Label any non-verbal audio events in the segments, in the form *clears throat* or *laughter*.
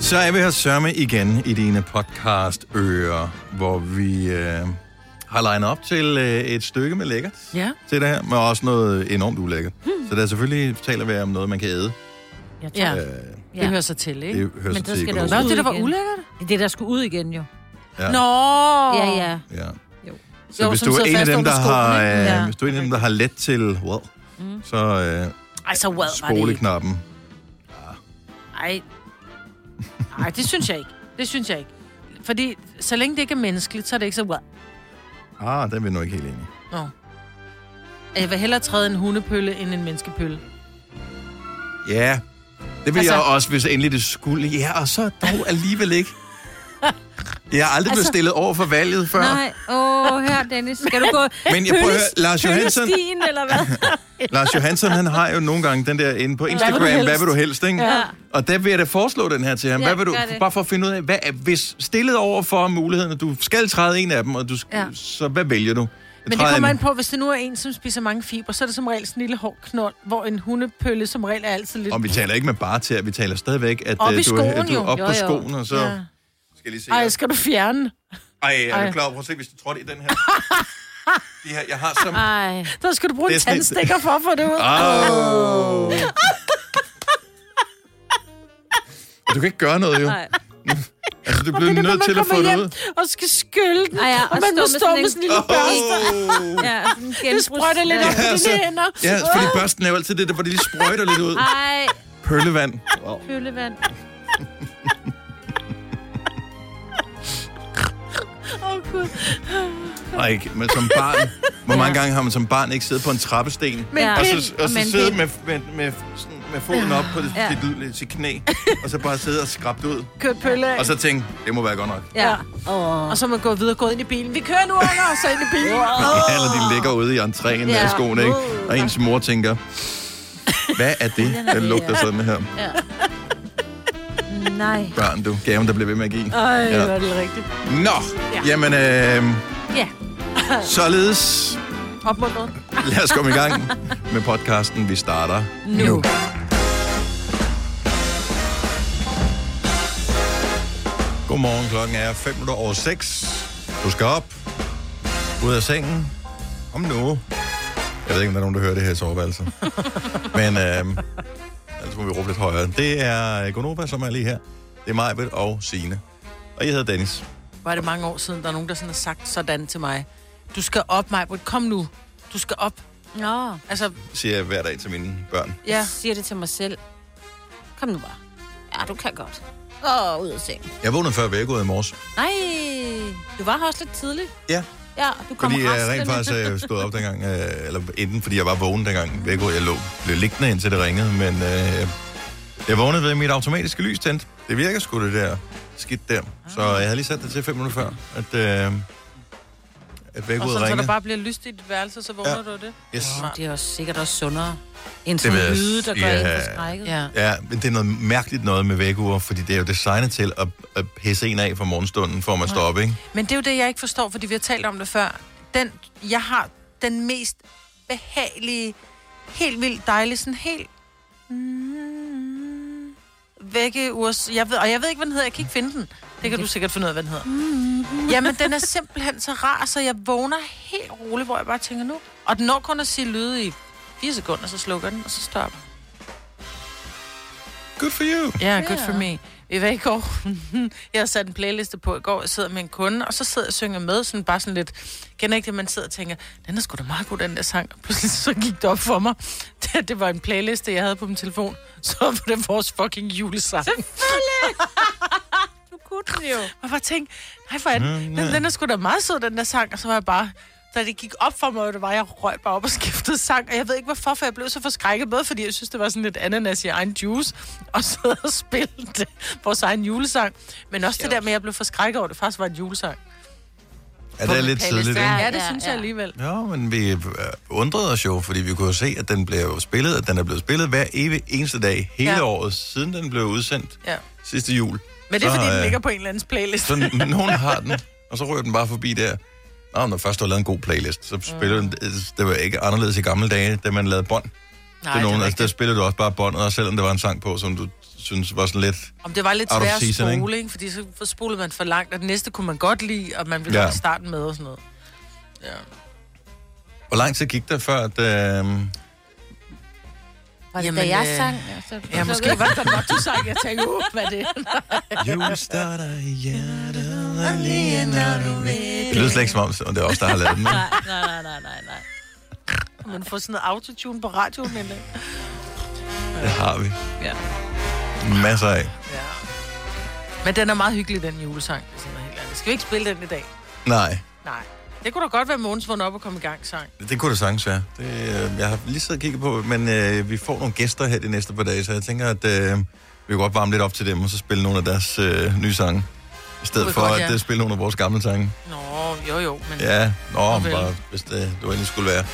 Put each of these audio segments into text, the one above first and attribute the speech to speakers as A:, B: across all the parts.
A: Så er vi her sørme igen i dine podcast-ører, hvor vi øh, har legnet op til øh, et stykke med lækkert
B: Ja.
A: til det her, men også noget enormt ulækkert. Hmm. Så der er selvfølgelig taler vi om noget, man kan æde.
C: Jeg
B: Ja.
C: ja.
A: Øh,
B: Det hører sig til, ikke?
A: det hører
C: Men
A: sig
C: der
A: til
C: skal der
A: økologisk.
B: Nå,
C: også-
B: det der var
C: Igen.
B: ulækkert.
C: Det er det, der skulle ud igen jo.
A: Ja.
B: Nå!
C: Ja, ja.
A: Ja.
C: Jo.
A: Så
B: Jo,
A: hvis
B: som
A: du, er
B: sidder
A: en af
B: fast
A: dem,
B: under
A: der
B: skoen,
A: har, øh,
B: ikke? Ja.
A: hvis du er en af dem, der har let til well, så øh,
B: Ej, så well var det ikke.
A: spoleknappen.
B: Ej. Ej, det synes jeg ikke. Det synes jeg ikke. Fordi så længe det ikke er menneskeligt, så er det ikke så well.
A: Ah, den er vi nu ikke helt enige.
B: Nå. Jeg vil hellere træde en hundepølle end en menneskepølle.
A: Ja, det vil altså,
B: Altså-
A: jeg også, hvis endelig det skulle. Ja, og så dog alligevel ikke. Jeg har aldrig altså, blevet
C: Altså-
A: stillet over for valget før.
C: Nej, åh, oh, her Dennis. Skal du gå
A: Men jeg prøver at høre, Lars Johansson,
C: pølestien, eller hvad?
A: Lars Johansson, han har jo nogle gange den der inde på Instagram, hvad vil du helst, ikke? Ja. Og der vil jeg da foreslå den her til ham.
C: Ja,
A: hvad vil du,
C: gør det.
A: bare for at finde ud af, hvad er, hvis stillet over for muligheden, at du skal træde en af dem, og du, ja.
B: Ja.
A: så hvad vælger du? Jeg
B: Men det
A: træder
B: kommer
A: en-
B: an på, hvis det nu er en, som spiser mange fiber, så er det som regel sådan en lille hård knold, hvor en hundepølle som regel er altid lidt...
A: Og vi taler ikke med bare til, vi taler stadigvæk, at
B: Op
A: øh,
B: i
A: du, er-
B: skoen
A: du er
B: jo.
A: op
C: Jo,
A: på
C: jo.
A: skoen, og så ja.
B: Ja.
A: skal jeg lige se.
B: Ej,
A: her.
B: skal du fjerne?
A: Ej, er du
B: Ej.
A: klar over? Prøv at se, hvis du trådte i den her. De her, jeg har som...
C: Ej.
B: Der skal du bruge
A: Det er
B: en
A: sådan et-
B: tandstikker for at få det ud.
A: Au. Og Du kan ikke gøre noget, jo.
C: Nej.
A: Altså, du
B: Og det
A: bliver
B: er, når
A: nødt
B: man
A: til at få
B: kommer
A: det
B: hjem
A: ud.
B: og skal skylle den,
C: Ej, ja,
B: og,
C: og
B: man
C: stå
B: må
C: med
B: stå
C: sådan
B: med
C: en-
B: sådan en lille børste.
A: Oh.
C: Ja, sådan en
B: *laughs* Det
C: genbrugs-
B: sprøjter lidt op på
A: Ja, så-
B: dine hænder. *laughs*
A: Ja, fordi børsten er jo altid det der, hvor de lige sprøjter lidt ud.
C: Ej,
A: Pøllevand.
C: pøllevand.
B: Åh, oh, Gud.
A: Nej, ikke, men som barn. Hvor mange gange har man som barn ikke siddet på en trappesten?
B: Men
C: Ja.
A: Og
B: pind,
A: så, og
C: og
A: så
C: med en
A: sidde
C: pind.
A: med, med, med, sådan, med foden op på det,
C: Ja.
A: sit, sit knæ, og så bare sidde og skrabe det ud.
B: kørt pølle af.
A: Og så tænke, det må være godt nok.
C: Ja.
B: Og så er man gået videre og gået ind i bilen. Vi kører nu under, og så ind i bilen.
A: Ja, eller de ligger ude i entréen ja.
C: Ja.
A: af skoene, ikke? Og ens mor tænker, hvad er det, der lugter sådan her?
C: Nej.
A: Børn, du. Gaven, der bliver ved med at give.
B: Ej,
A: Ja.
B: hvor er det rigtigt.
A: Nå, jamen, øh,
C: Ja.
A: således
B: Opmuntret.
A: lad os komme i gang med podcasten. Vi starter nu. nu. Godmorgen, klokken er 5 minutter over 6. Du skal op, ud af sengen, om nu. Jeg ved ikke, om der er nogen, der hører det her i soveværelset. Men øh, ellers må vi råbe lidt højere. Det er Gonova, som er lige her. Det er Majbet og Sine. Og jeg hedder Dennis.
B: Var det mange år siden, der er nogen, der sådan har sagt sådan til mig. Du skal op, Majbrit. Kom nu. Du skal op.
C: Nå,
B: Altså,
A: Siger jeg hver dag til mine børn.
B: ja.
C: jeg siger det til mig selv. Kom nu bare. Ja, du kan godt. Åh, ud af seng.
A: Jeg vågnede før vækket i morges.
C: Nej, du var her også lidt tidligt.
A: Ja,
C: Ja, du kom
A: Fordi jeg
C: raslende. *laughs*
A: rent faktisk øh, stod op dengang, øh, eller inden, fordi jeg var vågen dengang. Jeg, jeg lå, blev liggende indtil det ringede, men øh, jeg vågnede ved at mit automatiske lys tændt. Det virker sgu det der skidt der. Så jeg havde lige sat det til 5 minutter før, at, øh, at
B: Og
A: vækkeudet
B: sådan, så der
A: ringede.
B: bare bliver lyst i dit værelse, så vågner
A: Ja.
B: ja. du af det.
A: Yes.
C: Nå, Det er også sikkert også sundere end
A: Det
C: sådan
A: ved
C: en
A: jeg-
C: lyde, der gør
A: ja.
C: yeah. en forskrækket.
B: Ja.
A: Ja, men det er noget mærkeligt noget med vækkeure, fordi det er jo designet til at, at pisse en af fra morgenstunden, for at man står op, ikke?
B: Men det er jo det, jeg ikke forstår, fordi vi har talt om det før. Den, jeg har den mest behagelige, helt vildt dejlige, sådan helt... Mm, vække urs... Jeg ved, og jeg ved ikke, hvad den hedder. Jeg kan ikke finde den. Det kan du sikkert finde ud af, hvad den hedder.
C: Mm-hmm.
B: Jamen, den er simpelthen så rar, så jeg vågner helt roligt, hvor jeg bare tænker nu. Og den når kun at sige lyde i fire sekunder, så slukker den, og så stopper.
A: Good for you.
B: Ja, yeah, good for me. Vi var i går. *laughs* jeg har sat en playliste på i går. Jeg sidder med en kunde, og så sidder jeg og synger med. Sådan bare sådan lidt... Kender ikke det, man sidder og tænker, den er sgu da meget god, den der sang. Og pludselig så gik det op for mig. *laughs* Det, det var en playliste, jeg havde på min telefon. *laughs* Så var det vores fucking julesang.
C: Du kunne den jo.
B: *laughs* Og jeg bare tænkte, nej for anden,
A: Mm,
B: den, den er sgu da meget sød, den der sang. Og så var jeg bare, da det gik op for mig, hvad det var, jeg røg bare op og skiftede sang. Og jeg ved ikke hvorfor, for jeg blev så forskrækket med, fordi jeg synes, det var sådan lidt ananas i egen juice. *laughs* Og så og spille det, vores egen julesang. Men også det der med, at jeg blev forskrækket over, at det faktisk var en julesang.
A: Ja, det er lidt tidligt, ikke?
C: Ja,
B: Ja, det
C: ja,
B: synes
C: ja.
B: jeg alligevel.
A: Ja, men vi øh, undrede os jo, fordi vi kunne jo se, at den blev jo spillet, at den er blevet spillet hver evig eneste dag hele ja.
B: Ja.
A: året, siden den blev udsendt
B: Ja.
A: sidste jul.
B: Men det er,
A: Så,
B: fordi
A: øh,
B: den ligger på en eller andens playlist.
A: Så n- nogen har den, og så rører den bare forbi der. Nå, når først du har lavet en god playlist, så spiller den, det var ikke anderledes i gamle dage, da man lavede bånd. Nej, det er nogen,
B: det,
A: altså, der spiller du også bare båndet, og selvom der var en sang på, som du synes var sådan lidt...
B: *laughs* Om det var lidt
A: Out of
B: svært at
A: season, ikke?
B: spole, ikke? fordi så spolede man for langt, og den næste kunne man godt lide, og man ville
A: Ja.
B: ja. starte med og sådan noget. Ja.
A: Hvor lang tid gik der før, at... Øh...
C: Var det,
B: Jamen,
C: Jamen, da jeg
B: øh,
C: sang? Ja, så,
B: Ja, *laughs* måske var det godt nok, du sang, jeg tænkte, uh, hvad er det? *laughs*
A: Julen starter i hjertet, og lige når du ved... Det lyder slet ikke som om, og det er også der har lavet den. men-
C: Nej, nej, nej, nej, nej, nej.
B: Man får sådan noget autotune på radioen øh. en dag.
A: Det har vi.
B: Ja.
A: Masser af.
B: ja. Men den er meget hyggelig, den julesang. hvis jeg må være helt ærlig. Skal vi ikke spille den i dag?
A: Nej,
B: Nej. Det kunne da godt være Mogens vågn op og komme i gang sang.
A: det kunne det sagtens være. Det, øh, jeg har lige siddet og kigget på, men øh, vi får nogle gæster her de næste par dage, så jeg tænker, at øh, vi kan godt varme lidt op til dem, og så spille nogle af deres øh, nye sange. I
B: Kunne
A: stedet
B: vi
A: for
B: godt,
A: at
B: ja.
A: øh, spille nogle af vores gamle sange.
B: Nå, jo jo, men ja.
A: Ja, nå,
B: vel.
A: bare, hvis det, det var endelig skulle være.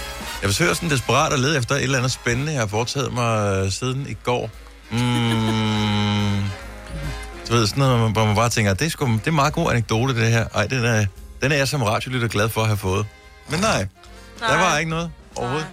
A: Jeg forsøger sådan desperat at lede efter et eller andet spændende, jeg har foretaget mig øh, siden i går. Mm, *laughs* du ved, sådan noget, hvor man bare tænker, det er, sgu, det er en meget god anekdote, det her. Ej, den er, den er jeg som radiolytter glad for at have fået. Men nej, nej. der var ikke noget overhovedet.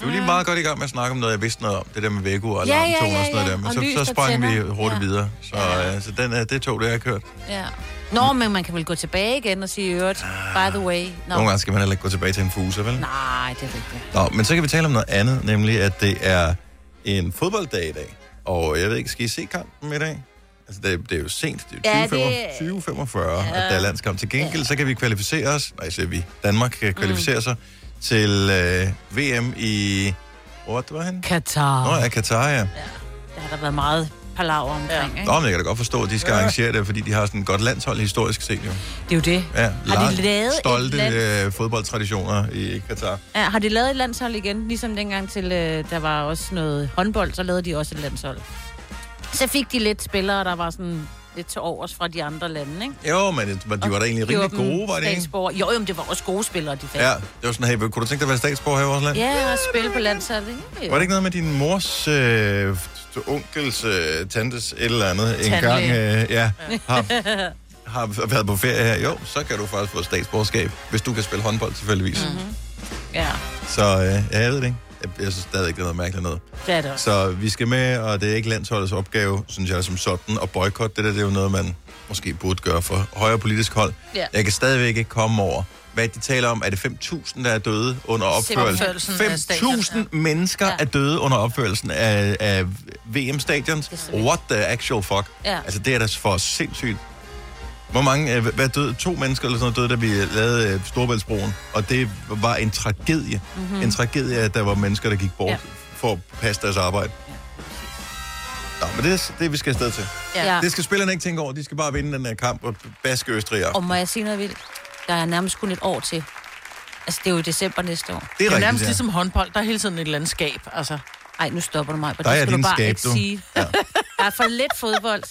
A: Vi var lige meget godt i gang med at snakke om noget, jeg vidste noget om. Det der med vækord og
C: Mm. Ja, ja,
A: alarmtoner og
C: ja,
A: sådan noget
C: ja.
A: der. Men
C: Og lys,
A: så,
C: der
A: så sprang vi
C: tænder.
A: hurtigt
C: Ja.
A: videre. Så,
C: Ja.
A: øh, så den, øh, det tog det, jeg har kørt.
C: Ja. Nå, men man kan vel gå tilbage igen og sige, i øvrigt, by the way. Nå.
A: Ah. Nogle gange skal man heller ikke gå tilbage til en fuser, vel?
C: Nej, det er rigtigt.
A: Nå, men så kan vi tale om noget andet, nemlig at det er en fodbolddag i dag. Og jeg ved ikke, skal I se kampen i dag? Altså, det, det er jo sent. Det er
C: Ja,
A: jo
C: det-
A: 20 45, ja, at der er landskamp. Til gengæld, så kan vi kvalificere os, nej, så vi, Danmark kan kvalificere
C: Mm.
A: sig til øh, VM i... Hvor var det, han?
C: Katar.
A: Nå, ja, Katar, ja.
C: Der har der været meget palaver omkring, ja. ikke?
A: Nå, men jeg kan da godt forstå, at de skal arrangere det, fordi de har sådan et godt landshold historisk set, jo.
C: Det er jo det.
A: Ja,
C: har,
A: lang-
C: de lavet et
A: stolte
C: land...
A: øh, fodboldtraditioner i Katar.
C: ja, har de lavet et landshold igen? Ligesom dengang til, øh, der var også noget håndbold, så lavede de også et landshold. Så fik de lidt spillere, der var sådan lidt til overs fra de andre lande, ikke?
A: Jo, men det- de var da egentlig rimelig gode, var det ikke?
C: ikke? Jo, jo, men det var også gode spillere, de fik.
A: Ja, det var sådan, hey, kunne du tænke dig at være statsborger her i vores land?
C: ja og spille på landsholdet.
A: Var det ikke noget med din mors, øh, onkels, øh, tantes, et eller andet, en gang
C: Tandlæge.
A: øh, ja, har,
B: *laughs*
A: har været på ferie her? Jo, så kan du faktisk få statsborgerskab, hvis du kan spille håndbold tilfældigvis.
C: Mhm.
B: Mhm.
A: Mm-hmm.
C: Ja,
A: Så øh, ja, jeg ved det ikke. Jeg, jeg synes stadig ikke, det er noget mærkeligt noget.
C: det er det også.
A: Så vi skal med, og det er ikke landsholdets opgave, synes jeg, som sådan, at boykotte. Det der, det er jo noget, man måske burde gøre for højere politisk hold.
C: Ja.
A: Jeg kan stadigvæk ikke komme over, hvad de taler om. Er det 5.000, der er døde under opførelsen?
B: Opførelsen af
A: 5.000
B: stadion,
A: mennesker
C: Ja.
A: er døde under opførelsen af, af VM-stadions. What the actual fuck?
C: Ja.
A: Altså, det er da for sindssygt. Hvor mange, øh, hvad døde, to mennesker eller sådan noget døde, da vi lavede øh, Storebæltsbroen, og det var en tragedie. Mm-hmm. En tragedie, at der var mennesker, der gik bort ja.
C: Ja.
A: for at passe deres arbejde. Nå, men det er det, vi skal afsted til.
C: Ja.
A: Det skal spillerne ikke tænke over. De skal bare vinde den her kamp og baske Østrig op.
C: Og må jeg sige noget vildt? Der er nærmest kun et år til. Altså, det er jo i december næste år.
A: Det
B: Det er
A: er
B: jo
A: rigtigt,
B: nærmest
A: ja.
B: ligesom håndbold, der er hele tiden et landskab, altså.
C: Ej, nu stopper du mig.
A: Der
C: Der
A: er
C: det skal
A: din
C: du bare
A: skab,
C: ikke
A: du.
C: sige.
A: Ja.
B: *laughs*
C: Ja. Der er for lidt fodbold.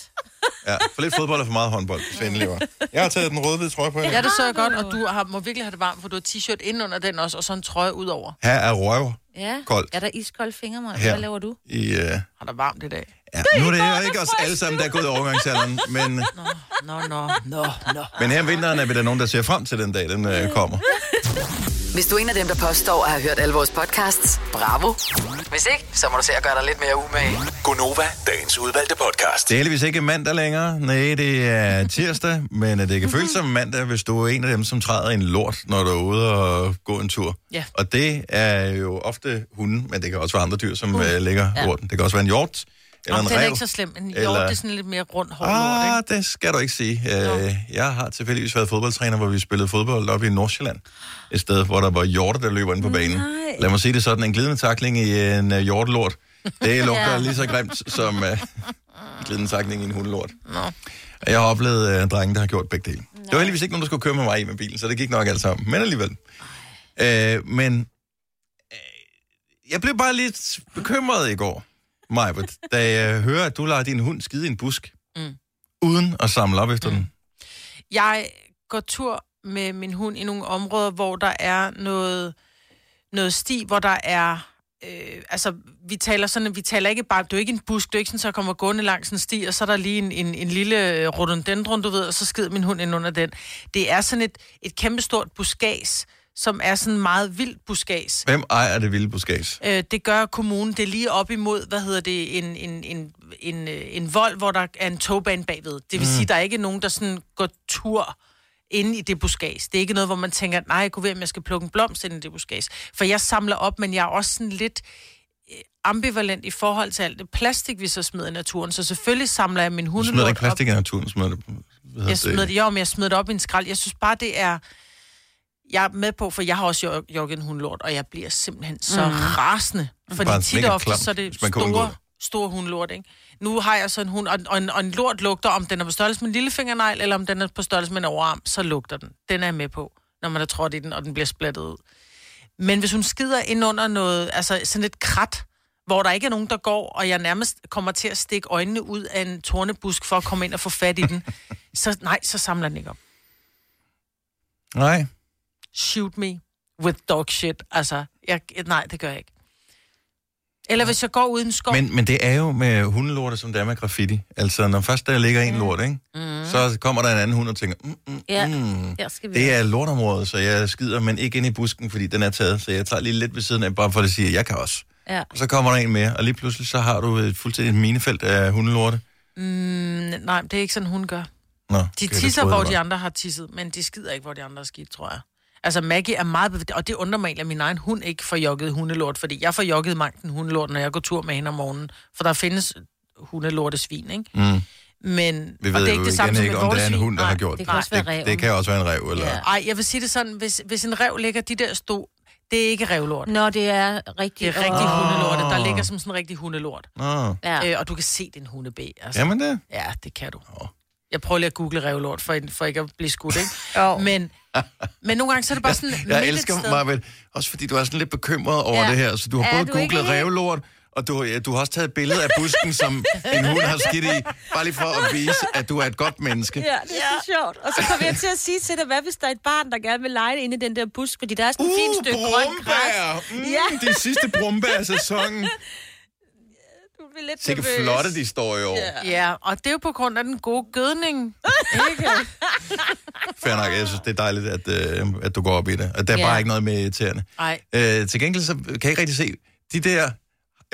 A: ja. For lidt fodbold og for meget håndbold, Svend lever. Jeg har taget den rødhvide trøje på.
B: Ja,
A: Ja.
B: det så jeg godt, og du har, må virkelig have det varmt, for du har t-shirt ind under den også, og så en trøje ud over.
A: Her er røv
C: Ja.
A: Koldt.
C: Er der iskolde fingre, mig?
A: Her.
C: Hvad laver du?
A: i... Øh,
B: Har der varmt i dag?
A: Ja, nu er det jo ikke os alle sammen, der er gået i overgangsalderen, men,
B: Nå, nå, nå, nå.
A: men her om vinteren er vi der nogen, der ser frem til den dag, den øh, kommer.
D: Hvis du er en af dem, der påstår at have hørt alle vores podcasts, bravo. Hvis ikke, så må du se at gøre dig lidt mere umage.
E: Gonova, dagens udvalgte podcast.
A: Det er heldigvis ikke mandag længere. Nej, det er tirsdag, *laughs* men øh, det kan føles som mandag, hvis du er en af dem, som træder i en lort, når du er ude og går en tur.
B: Ja.
A: Og det er jo ofte hunde, men det kan også være andre dyr, som uh, lægger ja. lorten. Det kan også være en hjort, eller
B: Om
A: en
B: den er
A: ræv.
B: ikke så slem, men jo,
A: eller-
B: det er sådan lidt mere rundt hård lort,
A: Ah,
B: ikke?
A: det skal du ikke sige. Øh, jeg har tilfældigvis været fodboldtræner, hvor vi spillede fodbold oppe i Nordsjælland. Et sted, hvor der var hjorte, der løber ind på banen. Nej. Lad mig sige det sådan, en glidende takling i en uh, hjortelort, *laughs* det lugter lige så grimt som uh, *laughs* glidende takling i en hundelort. Nå. Jeg har oplevet uh, drenge, der har gjort begge dele. Nej. Det var heldigvis ikke nogen, der skulle køre med mig i med bilen, så det gik nok alt sammen. Men alligevel. Øh, men øh, jeg blev bare lidt bekymret i går, Majbert, da jeg hører, at du lader din hund skide i en busk
B: Mm.
A: uden at samle op efter mm. den.
B: Jeg går tur med min hund i nogle områder, hvor der er noget, noget sti, hvor der er... Øh, altså, vi taler sådan, vi taler ikke bare, det er jo ikke en busk, det er jo ikke sådan, så jeg kommer gående langs en sti, og så er der lige en, en, en lille øh, rhododendron, du ved, og så skider min hund ind under den. Det er sådan et, et kæmpestort buskads, som er sådan meget vildt buskads.
A: Hvem ejer det vilde buskads?
B: Øh, det gør kommunen. Det er lige op imod, hvad hedder det, en, en, en, en, øh, en vold, hvor der er en togbane bagved. Det vil mm. sige, der er ikke nogen, der sådan går tur inde i det buskads. Det er ikke noget, hvor man tænker, nej, jeg kunne være, om jeg skal plukke en blomst ind i det buskads. For jeg samler op, men jeg er også sådan lidt øh, ambivalent i forhold til alt det plastik, vi så smider i naturen. Så selvfølgelig samler jeg min
A: Du smider
B: hundelort
A: ikke
B: op.
A: plastik i naturen, smider det... Hvad
B: Jeg smider det, jo, men jeg smider det op i en skrald. Jeg synes bare, det er... Jeg er med på, for jeg har også jog- jogget en hundlort, og jeg bliver simpelthen så mm. rasende. Fordi
A: Bare
B: tit
A: mega
B: og ofte,
A: klam,
B: så er det
A: hvis man kan undgå
B: store,
A: det.
B: store hundlort, ikke? Nu har jeg så en hund, og, og, en, og en lort lugter, om den er på størrelse med en lillefingernegl, eller om den er på størrelse med en overarm, så lugter den. Den er jeg med på, når man er trådt i den, og den bliver splattet ud. Men hvis hun skider ind under noget, altså sådan et krat, hvor der ikke er nogen, der går, og jeg nærmest kommer til at stikke øjnene ud af en tornebusk for at komme ind og få fat i den, så nej, så samler den ikke op.
A: Nej.
B: Shoot me with dog shit. Altså, jeg, nej, det gør jeg ikke. Eller hvis jeg går uden skov, Men...
A: Men, men det er jo med hundelorte, som det er med graffiti. Altså, når først der ligger en lort, ikke? Mm. så kommer der en anden hund og tænker, mm, mm,
C: Ja,
A: mm.
C: der skal vi.
A: det er lortområdet, så jeg skider, men ikke ind i busken, fordi den er taget. Så jeg tager lige lidt ved siden af, bare for at sige, at jeg kan også.
C: Ja.
A: Og så kommer der en med, og lige pludselig så har du et fuldstændig et minefelt af hundelorte.
B: Mm, nej, det er ikke sådan, hun gør.
A: Nå,
B: De
A: okay, det
B: tisser,
A: troede
B: hvor
A: jeg
B: de
A: var.
B: andre har tisset, men de skider ikke, hvor de andre har skidt, tror jeg. Altså, Maggie er meget bevidst, og det undrer mig egentlig, at min egen hund ikke får jogget hundelort, fordi jeg får jogget magten hundelort, når jeg går tur med hende om morgenen, for der findes hundelorte svin, ikke?
A: Mm.
B: Men,
A: Vi
B: og
A: ved
B: det er
A: jo
B: ikke det
A: igen
B: samme som
A: ikke,
B: et
A: om det er en
B: vortesvin.
A: hund, der
B: Nej.
A: har gjort
C: det kan også være
A: det,
C: ræven.
A: det kan også være en rev, eller...
C: Ja.
B: Ej, jeg vil sige det sådan, hvis, hvis en rev ligger de der stå, det er ikke revlort.
C: Nå, det er
B: Det
C: rigtig...
B: er rigtig
C: Åh.
B: oh. hundelort, der ligger som sådan en rigtig hundelort.
A: Nå,
C: Ja.
B: Ja. Øh, og du kan se din hundebæ. Altså.
A: jamen det.
B: Ja. ja, det kan du. Jeg prøver lige at google revlort, for, for ikke at blive skudt, ikke?
C: *laughs* Jo.
B: men, men nogle gange, så er det bare sådan... midt
A: Jeg
B: et
A: elsker
B: sted.
A: mig, vel, også fordi du er sådan lidt bekymret over ja.
C: Ja.
A: det her. Så du har
C: Er
A: både
C: du ikke
A: googlet
C: helt-
A: revlort, og du, ja, du har også taget et billede af busken, som en hund har skidt i, bare lige for at vise, at du er et godt menneske.
C: Ja, det er så sjovt. *laughs* Og så kom jeg til at sige til dig, hvad hvis der er et barn, der gerne vil lege inde i den der busk, fordi der er sådan et fint stykke grønt græs.
A: brumbær! Mm,
C: Ja.
A: *laughs* De sidste brumbær af sæsonen.
C: Du bliver lidt
A: Sikke
C: nervøs.
A: flotte de står i år. Yeah.
B: Ja, og det er jo på grund af den gode
C: *laughs*
B: gødning.
A: Fair nok, jeg synes, det er dejligt, at, øh, at du går op i det. Og der er
C: Ja.
A: bare ikke noget med irriterende.
B: Nej.
A: Øh, til gengæld så kan jeg ikke rigtig se, de der, jeg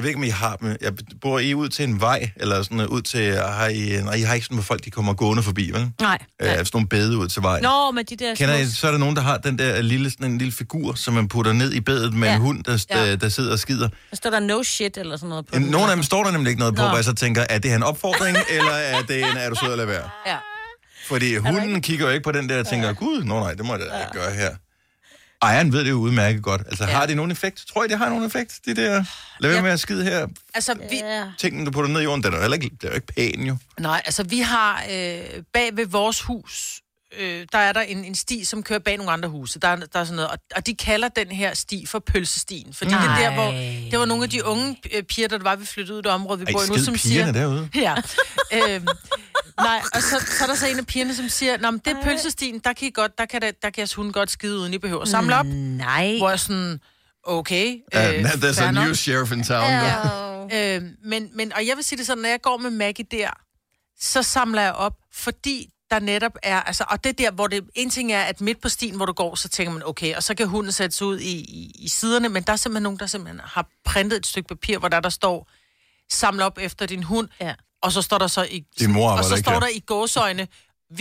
A: ved ikke, om I har dem, jeg bor I ud til en vej, eller sådan øh, ud til, har I, nej, I har ikke sådan, hvor folk de kommer gående forbi, vel?
C: Nej.
A: Øh, sådan nogle bede ud til vejen.
C: Nå, men de der
A: Kender I,
C: små...
A: så er der nogen, der har den der lille, sådan en lille figur, som man putter ned i bedet med ja.
C: Ja.
A: en hund, der, ja.
C: Ja.
A: der sidder og skider.
C: Der står der no shit eller sådan noget på den.
A: Nogle af dem står der nemlig ikke noget på,
C: Nå.
A: hvor jeg så tænker, er det her en opfordring, eller er det en, er du sød at lade være?
C: Ja.
A: Fordi hunden kigger jo ikke på den der og tænker, gud, nå nej, det må jeg da ikke gøre her. Ejeren ved det jo udmærket godt. Altså, har det nogen effekt? Tror I, det har nogen effekt? Det der, lad være med at skide her.
B: Altså, vi,
C: Ja.
A: Tingene, du putter ned i jorden, den er jo heller ikke, det er jo ikke pæn jo.
B: Nej, altså vi har øh, bag ved vores hus, øh, der er der en, en sti, som kører bag nogle andre huse. Der, er- der er sådan noget, og, og de kalder den her sti for pølsestien. Fordi Nej. det er der, hvor det var nogle af de unge øh, piger, der var, vi flyttede ud i det område, vi
A: Ej,
B: bor i nu,
A: skid
B: som
A: pigerne
B: siger...
A: derude.
B: *laughs* Ja. øhm, nej, og så, så er der så en af pigerne, som siger, Nå, men det er pølsestien, der kan, I godt, der kan, der, der kan jeres hund godt skide, uden I behøver at samle op.
C: Nej.
B: Hvor jeg sådan, okay,
A: Uh, *laughs*
B: øh,
A: there's
B: fair
A: a
B: nok.
A: new sheriff in town. Ja.
B: Øh, men, men, og jeg vil sige det sådan, når jeg går med Maggie der, så samler jeg op, fordi der netop er, altså, og det er der, hvor det, en ting er, at midt på stien, hvor du går, så tænker man, okay, og så kan hunden sætte sig ud i, i, i siderne, men der er simpelthen nogen, der simpelthen har printet et stykke papir, hvor der, der står, samle op efter din hund,
C: Ja.
B: og så står der så i,
A: Din mor arbejder
B: og så
A: ikke
B: står
A: her.
B: der i gåsøjne,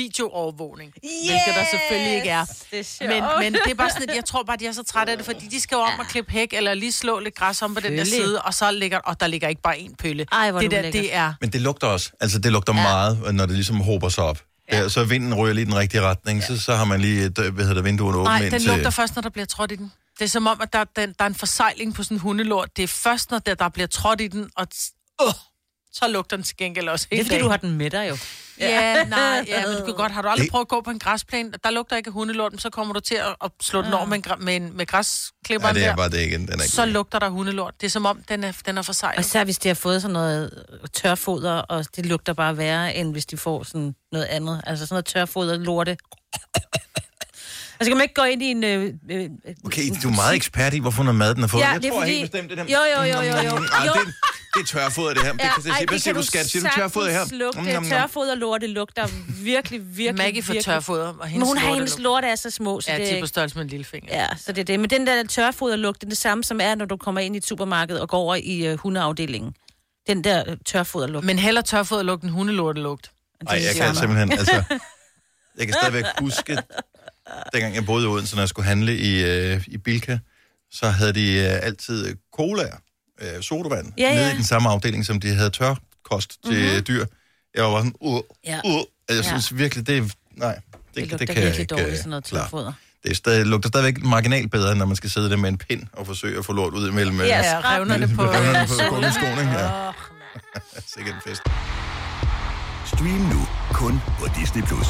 B: videoovervågning, yes! hvilket der selvfølgelig ikke er.
C: Det er sjovt.
B: Men, men det er bare sådan, at jeg tror bare, de er så trætte af det, fordi de skal jo om og klippe hæk, eller lige slå lidt græs om på den der
C: Pølle.
B: side, og så ligger, og der ligger ikke bare en pølle.
C: Ej, hvor er
B: det
C: det
B: der, det er,
A: Men det lugter også. Altså, det lugter ja. meget, når det ligesom håber sig op. Ja. Så vinden ryger lige i den rigtige retning, ja. så, så har man lige et, øh, hvad hedder det, vinduerne åbne
B: nej,
A: ind
B: den
A: til...
B: lugter først, når der bliver trådt i den. Det er som om, at der, den, der er en forsejling på sådan en hundelort. Det er først, når der, der bliver trådt i den, og t- åh, så lugter den til gengæld også
C: Det
B: hele
C: er, fordi
B: dagen.
C: du har den med dig jo.
B: Ja, *laughs* nej, ja, men du kan godt. Har du aldrig
A: Det-
B: prøvet at gå på en græsplæne, der lugter ikke af hundelort, men så kommer du til at, at slå den
C: Ah.
B: over med, en, gra- med, en, med
A: Ja,
B: græsklipperen
A: det er
B: der.
A: bare det igen. Den er
B: Så
A: ikke...
B: lugter der hundelort. Det er som om, den er, den er forsejlet.
C: Og så hvis de har fået sådan noget tørfoder, og det lugter bare værre, end hvis de får sådan noget andet. Altså sådan noget tørfoder, lorte. altså kan man ikke gå ind i en... Øh, øh,
A: Okay, du er meget ekspert i, hvorfor noget mad den har fået.
C: Ja,
A: jeg
C: det er
A: tror
C: fordi-
A: helt bestemt, det der...
C: Jo, jo, jo, jo, jo.
A: Mm, ej,
C: Jo.
A: Det, det er tørfoder, det her. Det kan, ja, ej, hvad siger du, skat? Siger du tørfoder her?
C: Lugte.
A: Mm, nom, nom.
C: Tørfoder lorte lugter virkelig, virkelig,
B: Maggie får
C: virkelig.
B: tørfoder, og hendes
C: Men hun har
B: lorte
C: hendes
B: lugter.
C: lorte er så små, så
B: Ja,
C: det
B: de
C: er
B: er på
C: ikke-
B: størrelse med en lillefinger.
C: Ja, så det er det. Men den der tørfoderlugt, det er det samme, som er, når du kommer ind i et supermarked og går over i øh, hundeafdelingen. Den der øh, tørfoderlugt.
B: Men heller tørfoderlugt end hundelortelugt.
A: Nej, jeg kan simpelthen, altså...
C: *laughs*
A: Jeg kan stadigvæk huske, dengang jeg boede i Odense, når jeg skulle handle i, øh, i Bilka, så havde de øh, altid cola, øh, sodavand,
C: Ja,
A: nede
C: ja. Mhm.
A: i den samme afdeling, som de havde tørkost til mm-hmm. dyr. Jeg var bare sådan, uh,
C: Ja.
A: uh, og jeg
C: Ja.
A: synes virkelig, det er... Nej, det,
C: Det
A: det,
C: lugter
A: det kan jeg
C: virkelig
A: ikke
C: dårligt,
A: øh,
C: sådan noget
A: klare.
C: tørfoder.
A: Det er stadig, lugter stadigvæk marginalt bedre, end når man skal sidde der med en pind og forsøge at få lort ud imellem øh,
C: Ja,
B: Ja, revnerne på...
A: revnerne
C: *laughs*
A: på gummiskoene. Ja. Sikkert en fest.
F: Stream nu kun på Disney+. Plus.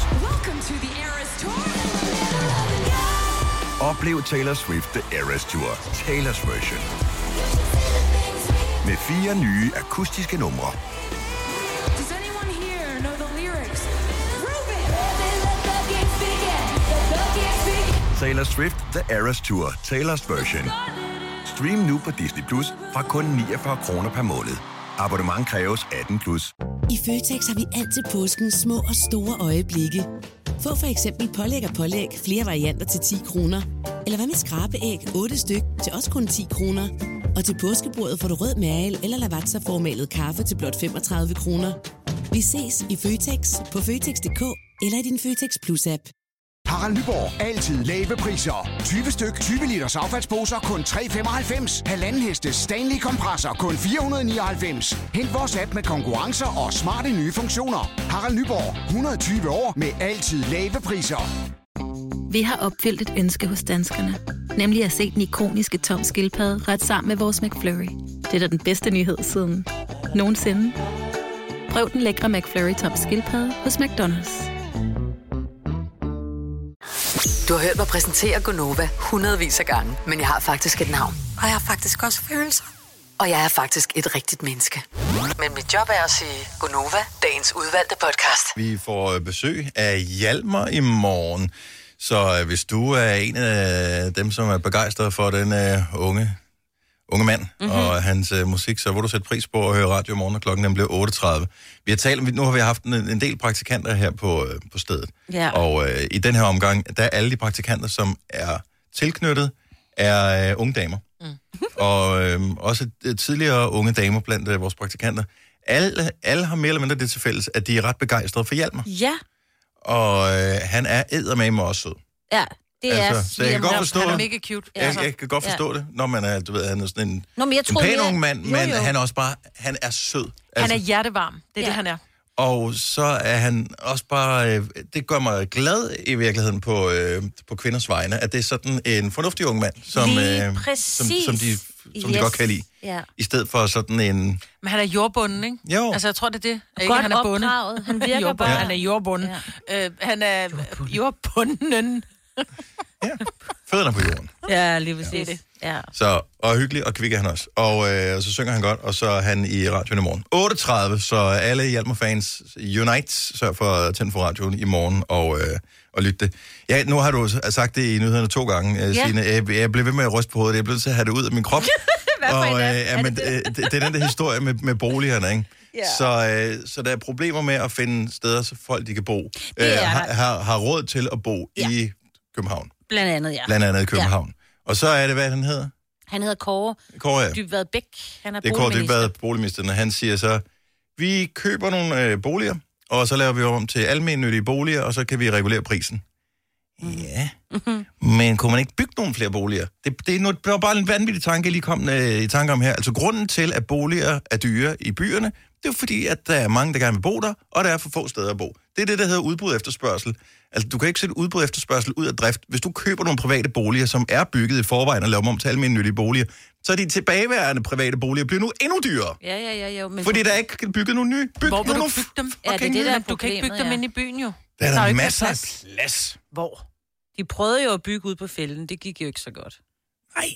F: Oplev Taylor Swift The Eras Tour, Taylor's version. Med fire nye akustiske numre.
G: Does anyone here know the lyrics?
F: Taylor Swift The Eras Tour, Taylor's version. Stream nu på Disney Plus fra kun 49 kroner per måned. Abonnement kræves 18 plus.
H: I Føtex har vi altid påsken små og store øjeblikke. Få for eksempel pålæg og pålæg flere varianter til 10 kroner. Eller hvad med skrabeæg 8 styk til også kun 10 kroner. Og til påskebordet får du rød mal eller lavatserformalet kaffe til blot 35 kroner. Vi ses i Føtex på Føtex.dk eller i din Føtex Plus-app.
I: Harald Nyborg. Altid lave priser. 20 styk, 20 liters affaldsposer kun 3,95. Halvanden heste Stanley kompresser kun 499. Hent vores app med konkurrencer og smarte nye funktioner. Harald Nyborg. 120 år med altid lave priser.
J: Vi har opfyldt et ønske hos danskerne. Nemlig at se den ikoniske tom skildpadde ret sammen med vores McFlurry. Det er da den bedste nyhed siden nogensinde. Prøv den lækre McFlurry tom skildpadde hos McDonald's.
D: Du har hørt mig præsentere Gonova hundredvis af gange, men jeg har faktisk et navn.
G: Og jeg har faktisk også følelser.
D: Og jeg er faktisk et rigtigt menneske. Men mit job er at sige Gonova, dagens udvalgte podcast.
A: Vi får øh, besøg af Hjalmar i morgen. Så øh, hvis du er en af dem, som er begejstret for den øh, unge, unge mand mm-hmm. og hans øh, musik, så vil du sætte pris på at høre radio i morgen, når klokken den bliver 8.30. Vi har talt om, nu har vi haft en, en del praktikanter her på, øh, på stedet.
C: Ja.
A: Og øh, i den her omgang, der er alle de praktikanter, som er tilknyttet, er øh, unge damer. Mm. *laughs* og øh, også øh, tidligere unge damer blandt øh, vores praktikanter. Alle, alle har mere eller mindre det til fælles, at de er ret begejstrede for Hjalmar.
C: Ja,
A: Og øh, han er eddermame også sød.
C: ja. Det er
A: Altså, så jeg kan godt forstå
B: Han er
A: ham.
B: mega cute. Altså,
A: Ja, jeg, jeg kan godt forstå ja. det, når man er, du ved, han er sådan en,
C: Nå, men jeg
A: en
C: troede
A: pæn
C: mere-
A: ung mand,
C: Jo,
A: men
C: jo.
A: han er også bare, han er sød.
B: Han
A: Altså,
B: er hjertevarm. Det er
C: Ja.
B: det, han er.
A: Og så er han også bare, øh, det gør mig glad i virkeligheden på, øh, på kvinders vegne, at det er sådan en fornuftig ung mand, som, øh,
C: Lige
A: som,
C: præcis.
A: som, de, som yes. de
C: Yes.
A: godt kan lide.
C: Ja.
A: I stedet for sådan en,
B: Men han er jordbunden, ikke?
A: Jo.
B: Altså, jeg tror, det er det. Ikke,
C: Godt
B: han er bundet.
C: opdraget. Han virker
B: *laughs* Jordbunden.
C: bare-
B: Han er jordbunden. Ja. Øh, han er jordbunden.
A: ja, fødderne på jorden.
C: Ja, lige præcis. Det Ja.
A: Så, og hyggelig og kvik er han også. Og øh, så synger han godt, og så er han i radioen i morgen. 8.30, så alle Hjalmar-fans unite, sørg for at tænde for radioen i morgen og, øh, og lytte det. Ja, nu har du s- sagt det i nyhederne to gange, øh, Signe. Jeg, jeg blev ved med at ryste på hovedet, jeg blev nødt til at have det ud af min
C: *laughs*
A: krop. Hvad
C: for
A: og,
C: en er-
A: øh,
C: er
A: ja,
C: det
A: men, øh, det, det er den der historie med, med boligerne, ikke? Så, øh, så der er problemer med at finde steder, så folk de kan bo. Øh,
C: er
A: har,
C: der.
A: har, har råd til at bo ja. i København.
C: Blandt andet, ja.
A: Blandt andet i København. Ja. Og så er det, hvad han hedder?
C: Han hedder Kåre
A: Kåre, ja.
C: Dybvad Bæk. Han er
A: Det er Kåre Dybvad, boligministeren, og han siger så, vi køber nogle øh, boliger, og så laver vi om til almennyttige boliger, og så kan vi regulere prisen. Ja, men kunne man ikke bygge nogle flere boliger? Det, det, er nu, det var bare en vanvittig tanke, jeg lige kom øh, i tanke om her. Altså grunden til, at boliger er dyre i byerne, det er jo fordi, at der er mange, der gerne vil bo der, og der er for få steder at bo. Det er det, der hedder udbud og efterspørgsel. Altså, du kan ikke sætte udbud og efterspørgsel ud af drift. Hvis du køber nogle private boliger, som er bygget i forvejen og laver dem om til almindelige boliger, så er de tilbageværende private boliger bliver nu endnu dyrere.
C: Ja, ja, ja. Jo. Men
A: Fordi der er ikke bygget nogen nye. Byg
B: Hvor vil
A: nogle
B: du bygge dem?
C: Ja, det er
B: Fucking
C: det, der er
B: nye. Du kan ikke bygge dem
C: problemet, ja.
B: ind i byen, jo.
A: Der er der,
B: jo ikke
A: masser af
B: plads.
A: plads.
B: Hvor?
C: De prøvede jo at bygge ud på fælden. Det gik jo ikke så godt.
A: Nej.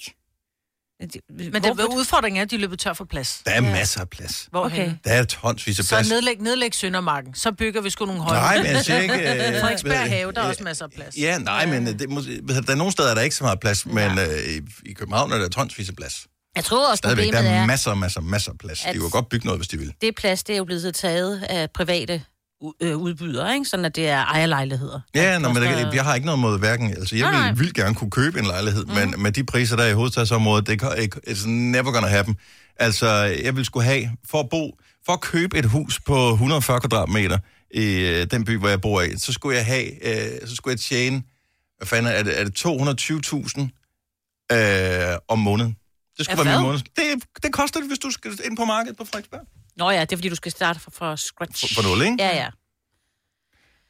B: Men det, udfordringen er, at de løber tør for plads.
A: Der er masser af plads.
B: Hvor
C: Okay.
B: okay.
A: Der er tonsvis af
B: Så
A: plads.
B: nedlæg, nedlæg Søndermarken. Så bygger vi sgu nogle høje.
A: Nej, men jeg siger ikke... øh,
B: *laughs* Frederiksberg
A: ved-
B: Have, der er
A: øh,
B: også masser af plads.
A: Ja, nej, men øh, det, må- ved du, der er nogle steder, der er ikke så meget plads, men øh, i, i København er der tonsvis af plads.
C: Jeg tror også,
A: Stadigvæk, der
C: problemet
A: er
C: er,
A: masser, masser, masser af plads. At...
C: at-
A: De kunne godt bygge noget, hvis de ville.
C: det plads, det er jo blevet taget af private u- øh, udbydere, ikke? Sådan at det er ejerlejligheder. Altså,
A: Ja, nå, men det, jeg har ikke noget mod hverken. Altså, jeg
C: Nej, nej.
A: vil vildt gerne kunne købe en lejlighed, mm. men med de priser, der er i hovedstadsområdet, det kan ikke, it's never gonna happen. Altså, jeg vil skulle have, for at bo, for at købe et hus på 140 kvadratmeter i øh, den by, hvor jeg bor i, så skulle jeg have, øh, så skulle jeg tjene, hvad fanden er det, er det 220.000 øh, om måneden. Det skulle
C: Ja,
A: være min
C: hvad?
A: måned. Det, det koster det, hvis du skal ind på markedet på Frederiksberg.
C: Nå ja, det er fordi, du skal starte fra, fra scratch.
A: Fra- fra nul, ikke?
C: Ja, ja.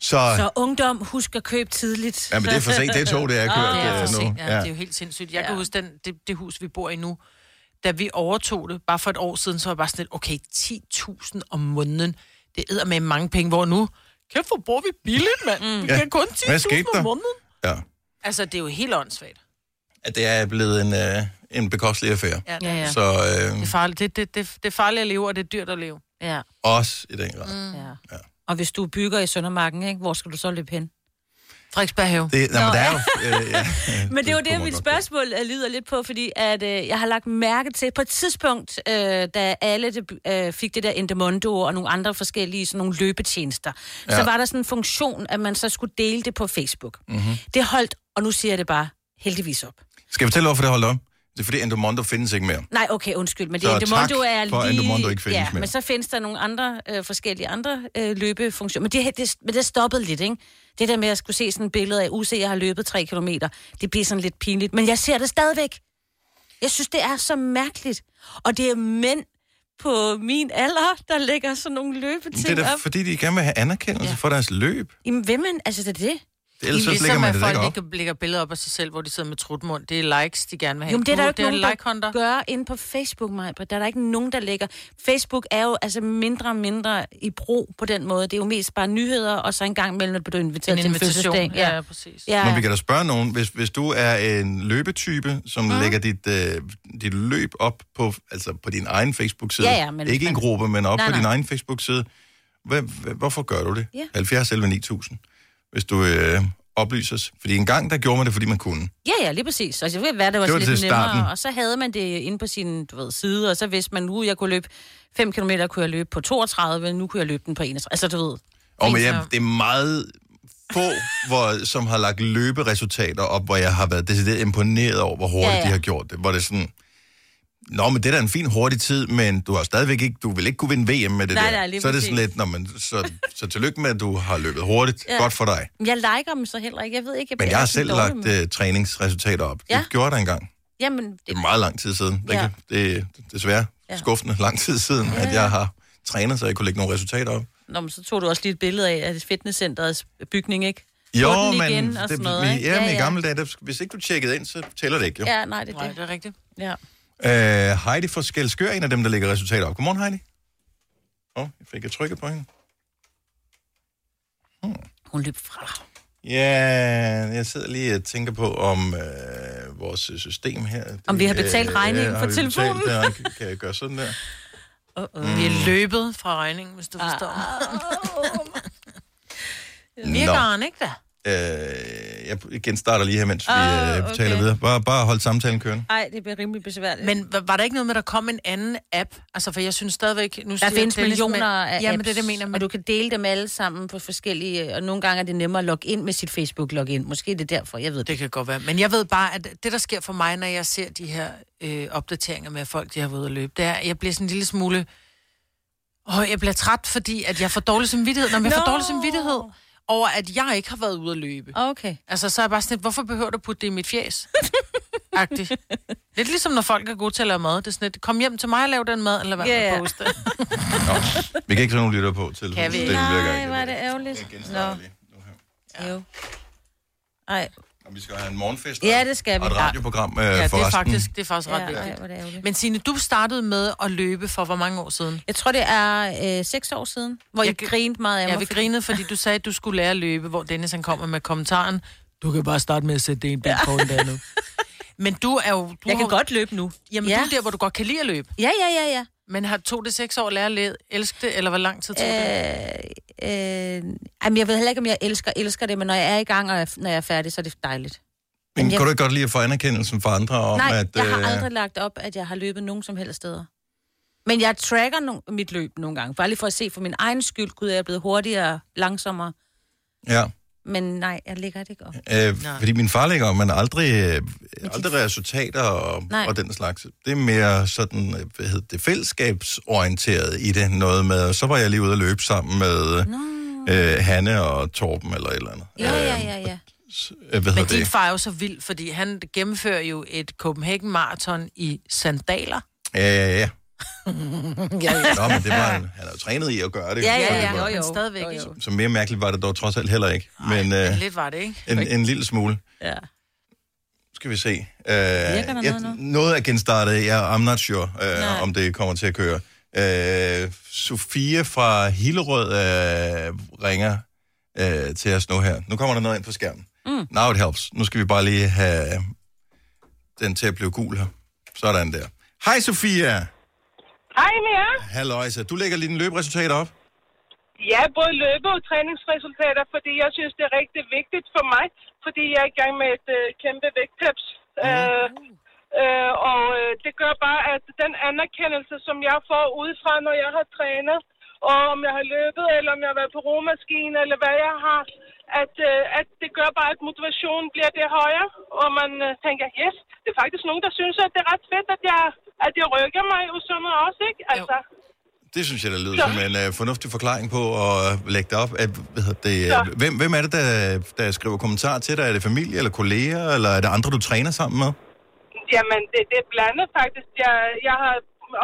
A: Så,
C: Så ungdom, husk at købe tidligt.
A: Ja, men det er for sent. Det tog, det er kørt,
B: det er
A: øh,
B: for
A: nu.
B: sent. Ja,
A: Ja.
B: Det er jo helt sindssygt. Jeg ja. kan huske den, det, det hus, vi bor i nu, da vi overtog det, bare for et år siden, så var jeg bare sådan lidt, okay, 10.000 om måneden, det æder med mange penge, hvor nu, kæft, hvor bor vi billigt, mand. Mm. Vi
A: Ja.
B: kan kun
A: Hvad skete
B: 10.000
A: der?
B: om måneden.
A: ja,
B: Altså, det er jo helt åndssvagt.
A: at det er blevet en, øh, en bekostelig affære.
B: Ja, ja, ja.
A: Så øh,
B: Det, er farligt. Det, det, det, det er farligt at leve, og det er dyrt at leve.
C: Ja.
A: også i den grad.
B: Mm.
C: ja. Og hvis du bygger i Søndermarken, ikke? hvor skal du så løbe hen?
B: Frederiksberg Have.
A: Det, nå, men der er
B: *laughs*
A: jo... Øh, ja.
C: Men det var det,
A: kunne man
C: mit
A: godt
C: spørgsmål øh, lyder lidt på, fordi at, øh, jeg har lagt mærke til, på et tidspunkt, øh, da alle det, øh, fik det der Endemondo og nogle andre forskellige sådan nogle løbetjenester, ja.
K: Ja.
C: så var der sådan en funktion, at man så skulle dele det på Facebook.
A: Mhm.
C: Det holdt, og nu siger jeg det bare, heldigvis op.
A: Skal jeg fortælle, hvorfor det holdt op? Det er fordi Endomondo findes ikke mere.
C: Nej, okay, undskyld, men det
A: Så
C: Endomondo
A: tak
C: er lige...
A: for, at Endomondo ikke findes
C: ja,
A: mere.
C: men så findes der nogle andre, øh, forskellige andre øh, løbefunktioner. Men det, det, men det stoppede lidt, ikke? Det der med at skulle se sådan et billede af, UC, jeg har løbet 3 km, det bliver sådan lidt pinligt. Men jeg ser det stadigvæk. Jeg synes, det er så mærkeligt. Og det er mænd på min alder, der lægger sådan nogle
A: Men
C: løbeting
A: Det er da
C: op.
A: fordi, de gerne vil have anerkendelse ja. for deres løb.
C: Jamen, hvem man, altså det er det.
A: Ellers så lægger man det da
B: folk
A: ikke op.
B: ikke lægger billeder op af sig selv, hvor de sidder med trutmund. Det er likes, de gerne vil have.
C: Jo, men det er der
B: Nu,
C: jo ikke
B: like
C: nogen, der gør inde på Facebook, Maja. Der er der ikke nogen, der lægger... Facebook er jo altså mindre og mindre i brug på den måde. Det er jo mest bare nyheder, og så en gang imellem, når du bliver inviteret
B: En
C: til en
B: invitation.
C: fødselsdag.
B: Ja, ja, præcis.
C: Ja.
A: Men vi kan da spørge nogen, hvis, hvis du er en løbetype, som
C: Mhm.
A: mm. lægger dit, øh, dit løb op på, altså på din egen Facebook-side.
C: Ja, ja, men hvis
A: ikke en
C: man-
A: gruppe, men op
C: Nej,
A: på din
C: nej.
A: egen Facebook-side. Hvad, hvad, hvorfor gør du det?
C: Ja.
A: 70 11 9000, hvis du øh, oplyses. Fordi en gang, der gjorde man det, fordi man kunne.
C: Ja, ja, lige præcis. Altså, det kan være, det var,
A: Det
C: det
A: var
C: var
A: til
C: lidt
A: starten.
C: nemmere, og så havde man det inde på sin du ved, side, og så vidste man, nu jeg kunne løbe 5 km, kunne jeg løbe på 32, nu kunne jeg løbe den på 31. Altså, du ved.
A: Og men
C: Fint,
A: jeg,
C: så-
A: det er meget
C: *laughs*
A: få, hvor, som har lagt løberesultater op, hvor jeg har været decideret imponeret over, hvor hurtigt ja,
C: Ja,
A: ja.
C: ja.
A: de har gjort det. Hvor det er sådan, Nå, men det er da en fin hurtig tid, men du har stadigvæk ikke, du vil ikke kunne vinde VM med det
C: Nej,
A: der.
C: nej, lige
A: så er det
C: præcis.
A: sådan lidt, Nå, men, så, så tillykke med, at du har løbet hurtigt. Ja.
C: Ja.
A: Godt for dig.
C: Men Jeg liker dem så heller ikke. Jeg ved ikke, jeg
A: Men
C: bliver
A: jeg har
C: altid
A: selv
C: dårlig
A: lagt
C: med-
A: uh, træningsresultater op. Ja.
C: Ja.
A: Det gjorde jeg da engang.
C: Jamen,
A: Det er meget lang tid siden. Ja.
C: Ja.
A: Ikke? Det er desværre ja. skuffende lang tid siden, ja. at jeg har trænet, så jeg kunne lægge nogle resultater op.
C: Nå, men så tog du også lige et billede af, af fitnesscenterets bygning, ikke?
A: Jo,
C: Få den
A: men
C: igen og sådan noget,
A: men-
C: ikke?
A: ja, men i gamle dage, der, hvis ikke du tjekkede ind, så tæller det ikke. Jo.
C: Ja, nej, det er det.
B: Nej, det er rigtigt.
C: Ja.
A: Øh, Heidi fra Skelskør er en af dem, der lægger resultater op. Godmorgen, Heidi. Åh, oh, jeg fik jeg trykket på hende.
C: Hun løb fra.
A: Ja, jeg sidder lige og tænker på, om øh, vores system her... det, øh,
C: Om vi har betalt regningen
A: har
C: for
A: vi
C: telefonen?
A: Betalt, ja, kan- kan jeg gøre sådan der?
B: Mm. Vi er løbet fra regningen, hvis du
C: Ah.
B: forstår.
A: *laughs* Nå.
B: Virker han ikke da?
A: Øh, jeg genstarter lige her, mens vi
B: Ah,
A: øh, taler
B: okay.
A: videre. Bare, bare hold samtalen kørende.
C: Nej, det bliver rimelig besværligt.
B: Men var, var der ikke noget med, at der kom en anden app? Altså, for jeg synes stadigvæk... Nu
C: Der findes millioner af
B: ja,
C: apps,
B: men det, er det mener
C: og du kan dele dem alle sammen på forskellige, og nogle gange er det nemmere at logge ind med sit Facebook-login. Måske er det derfor, jeg ved det.
B: Det kan godt være. Men jeg ved bare, at det, der sker for mig, når jeg ser de her øh, opdateringer med at folk, de har været ude at løbe, det er, at jeg bliver sådan en lille smule... Åh, jeg bliver træt, fordi at jeg får dårlig samvittighed. Når jeg får
C: Nå.
B: dårlig samvittighed over, at jeg ikke har været ude at løbe.
C: Okay.
B: Altså, så er jeg bare sådan lidt, hvorfor behøver du at putte det i mit fjes? Agtigt. Lidt ligesom, når folk er gode til at lave mad. Det er sådan lidt, kom hjem til mig og lav den mad, eller hvad
C: Ja,
B: yeah.
C: ja.
B: man poster.
A: Vi kan ikke sådan nogle lytter på til.
B: Kan vi ikke?
C: Nej, hvor er det ærgerligt. Nå. Jo. Ej.
A: Og vi skal have en morgenfest.
C: Ja, det skal vi.
A: Og et radioprogram øh,
B: ja,
A: for
B: det er
A: resten.
B: faktisk, det er faktisk ret
C: Ja, ej, hvor er det
B: vigtigt.
C: ærgerligt.
B: Men Signe, du startede med at løbe for hvor mange år siden?
C: Jeg tror, det er øh, seks år siden, hvor jeg,
B: Jeg-
C: jeg grinede meget af mig.
B: Ja, vi
C: fordi-
B: grinede, fordi du sagde, at du skulle lære at løbe, hvor Dennis han kommer med kommentaren, du kan bare starte med at sætte det en ben på en dag nu. *laughs* Men du er jo... Du
C: Jeg kan
B: har-
C: godt løbe nu.
B: Jamen,
C: Ja.
B: du er der, hvor du godt kan lide at løbe.
C: Ja, ja, ja, ja.
B: Men har tog det seks år at lære at lede, elske det, eller hvor lang tid tog det?
C: Øh, øh, jamen, jeg ved heller ikke, om jeg elsker, elsker det, men når jeg er i gang, og jeg, når jeg er færdig, så er det dejligt.
A: Men
C: Jamen,
A: kan
C: jeg-
A: du ikke godt lide at få anerkendelsen fra andre om,
C: Nej,
A: at...
C: jeg har
A: øh,
C: aldrig lagt op, at jeg har løbet nogen som helst steder. Men jeg tracker no- mit løb nogle gange, bare lige for at se for min egen skyld, gud, er jeg blevet hurtigere, langsommere.
A: Ja,
C: Men nej, jeg lægger det ikke op.
A: øh,
C: Nej.
A: fordi min far lægger op, men aldrig, øh, aldrig resultater og,
C: Nej.
A: og den slags. Det er mere sådan, øh, hvad hedder det, fællesskabsorienteret i det. Noget med, så var jeg lige ude at løbe sammen med øh, Hanne og Torben eller et eller andet.
B: Ja, ja, ja, ja.
A: Øh, Øhm, Hvad
B: Men
A: hedder
B: din
A: det?
B: far er jo så vild, fordi han gennemfører jo et Copenhagen Marathon i sandaler.
A: Ja, ja, ja.
B: ja,
A: Nå, men det var, han er jo trænet i at gøre det.
B: Ja,
A: så
B: ja,
A: det
B: ja.
A: var-
B: Jo, jo. Stadigvæk, jo, jo.
A: Så mere mærkeligt var det dog trods alt heller ikke. Men, øh,
B: Lidt var det, ikke?
A: En, en lille smule.
C: Ja.
A: Skal vi se.
B: der
A: Øh, jeg,
B: noget
A: nu? Noget er genstartet. Jeg, I'm not sure, øh, om det kommer til at køre. Øh, Sofie fra Hillerød øh, ringer øh, til os nu her. Nu kommer der noget ind på skærmen. Mm. Now it helps. Nu skal vi bare lige have den til at blive gul her. Sådan der. Hej Sofia.
K: Hej med jer.
A: Halløjsa. Du lægger lige dine løberesultater op.
K: Ja, både løbe- og træningsresultater, fordi jeg synes, det er rigtig vigtigt for mig, fordi jeg er i gang med et øh, kæmpe vægttabs. Øh, øh, og øh, det gør bare, at den anerkendelse, som jeg får udefra, når jeg har trænet, og om jeg har løbet, eller om jeg har været på romaskinen, eller hvad jeg har, at, øh, at det gør bare, at motivationen bliver det højere, og man øh, tænker, yes, det er faktisk nogen, der synes, at det er ret fedt, at jeg, at jeg rykker mig ud sådan noget også, ikke? Altså,
A: Det synes jeg, der lyder som en øh, fornuftig forklaring på at øh, lægge det op. At, hvad hedder det,
K: Ja.
A: øh, hvem, hvem er det, der, der skriver kommentarer til dig? Er det familie eller kolleger, eller er det andre, du træner sammen med?
K: Jamen, det, det er blandet faktisk. Jeg, jeg har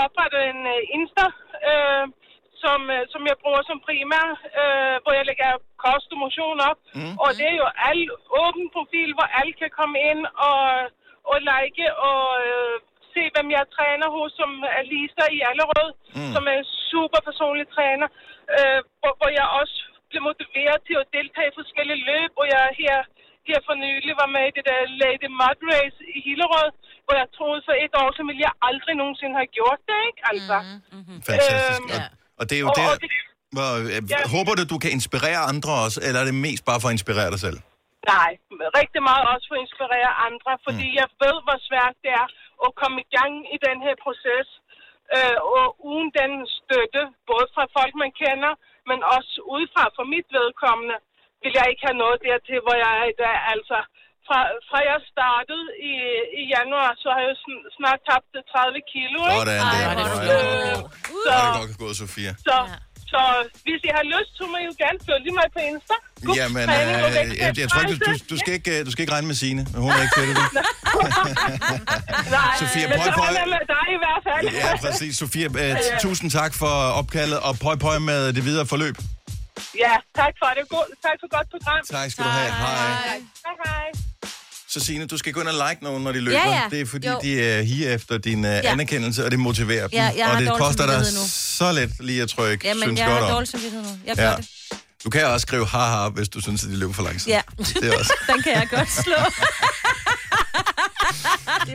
K: oprettet en øh, Insta, øh, som, øh, som jeg bruger som primær, øh, hvor jeg lægger kost og motion op. Mm. Og det er jo al åben profil, hvor alle kan komme ind og, og like og øh, se, hvem jeg træner hos, som er Lisa i Allerød, mm. som er en super personlig træner, øh, hvor, hvor jeg også blev motiveret til at deltage i forskellige løb, og jeg her her for nylig var med i det der Lady Mud Race i Hillerød, hvor jeg troede for et år, så ville jeg aldrig nogensinde have gjort det, ikke? Altså. Mm-hmm.
A: Fantastisk. Og det er jo
K: og-
A: der,
K: og det-
A: hvor, øh,
K: Ja.
A: håber du, du kan inspirere andre også, eller er det mest bare for at inspirere dig selv?
K: Nej, rigtig meget også for at inspirere andre, fordi mm. jeg ved, hvor svært det er at komme i gang i den her proces, øh, og uden den støtte, både fra folk, man kender, men også udefra for mit vedkommende, vil jeg ikke have noget dertil, hvor jeg er i dag. Altså, fra, fra jeg startede i, i januar, så har jeg jo sn- snart tabt 30 kilo, ikke?
A: Sådan der. Ej, hvor er Uh. det flot.
K: Øh,
A: Så
K: så,
A: er det godt gået, Sofia.
K: så, så hvis I har lyst, så må I jo gerne følge mig på Insta. Gups
A: Jamen, øh,
K: Træning og
A: jeg, jeg tror ikke, du, du, du, skal ikke, øh, du skal ikke regne med Signe. Hun er ikke til det.
K: *laughs* Nej,
A: Sofia,
K: men
A: prøv-
K: så
A: prøv-
K: regner jeg med dig i hvert fald.
A: Ja, præcis. Sofia, øh,
K: Ja.
A: tusind tak for opkaldet, og pøj pøj med det videre forløb.
K: *laughs* Ja, tak for det. God, tak for godt program.
A: Tak skal du have. Hej.
K: Hej, hej.
A: Så Signe, du skal gå ind og like nogen, når de løber.
C: Ja, ja.
A: Det er fordi,
C: Jo.
A: de er higer efter din uh,
C: Ja.
A: anerkendelse, og det motiverer
C: Ja,
A: dem.
C: jeg har
A: og det
C: dårlig
A: koster dig
C: samvittighed nu.
A: så let lige at trykke,
C: Jamen,
A: synes
C: jeg
A: godt
C: har
A: om.
C: dårlig samvittighed nu. Jeg gør ja. det.
A: Du kan også skrive haha, hvis du synes, at de løber for langsomt.
C: Ja,
A: Det er også.
C: *laughs* den kan jeg godt slå.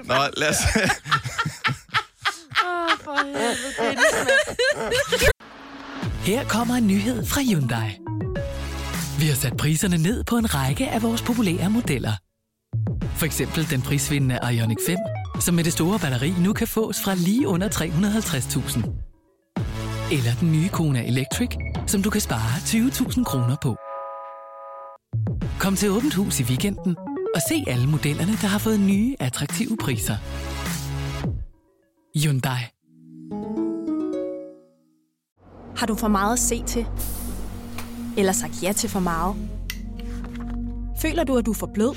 A: Nå, lad os... *laughs*
C: Åh, for helvede, det er det smager.
L: Her kommer en nyhed fra Hyundai. Vi har sat priserne ned på en række af vores populære modeller. For eksempel den prisvindende Ioniq 5, som med det store batteri nu kan fås fra lige under 350.000. Eller den nye Kona Electric, som du kan spare 20.000 kroner på. Kom til Åbent Hus i weekenden og se alle modellerne, der har fået nye, attraktive priser. Hyundai.
M: Har du for meget at se til? Eller sagt ja til for meget? Føler du, at du er for blød?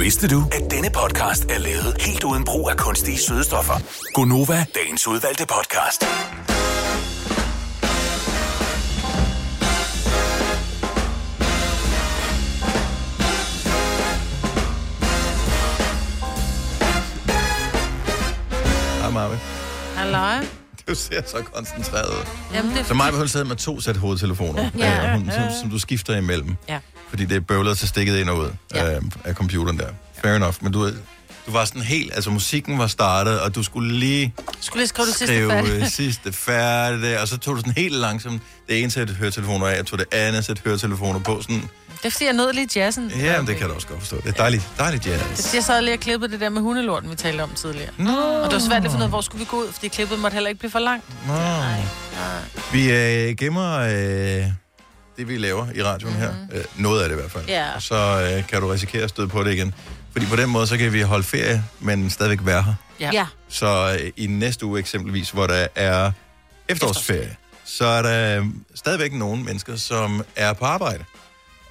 E: Vidste du, at denne podcast er lavet helt uden brug af kunstige sødestoffer? Gonova, dagens udvalgte podcast.
A: Hej, Marve.
B: Halløj.
A: Du ser så koncentreret ud.
B: Jamen, det er
A: Så mig hun sidder med to sæt hovedtelefoner,
B: Ja.
A: ja. øh, hun, som, som du skifter imellem.
B: Ja.
A: Fordi det er bøvlet til stikket ind og ud ja. øh, af computeren der. Fair enough, men du, øh, du var sådan helt... Altså, musikken var startet, og du skulle lige
B: Skulle lige skrive det sidste
A: skrive
B: færdigt.
A: øh, sidste færdig, og så tog du sådan helt langsomt det ene sæt høretelefoner af, og tog det andet sæt høretelefoner på. Sådan,
B: Det er fordi, jeg nød lige jazzen.
A: ja, men det kan du også godt forstå. Det er dejligt, dejligt
B: Det er,
A: jazz.
B: fordi, Altså, jeg sad lige og klippede det der med hundelorten, vi talte om tidligere.
A: Nå.
B: Og det var svært at finde ud af, hvor skulle vi gå ud, fordi klippet måtte heller ikke blive for langt.
A: Nå. Vi øh, gemmer øh, det, vi laver i radioen her. Øh, noget af det i hvert fald.
B: Mhm. Ja.
A: Og så øh, kan du risikere at støde på det igen. Fordi på den måde, så kan vi holde ferie, men stadigvæk være her.
B: Ja. ja.
A: Så øh, i næste uge eksempelvis, hvor der er efterårsferie, så er der øh, stadigvæk nogle mennesker, som er på arbejde.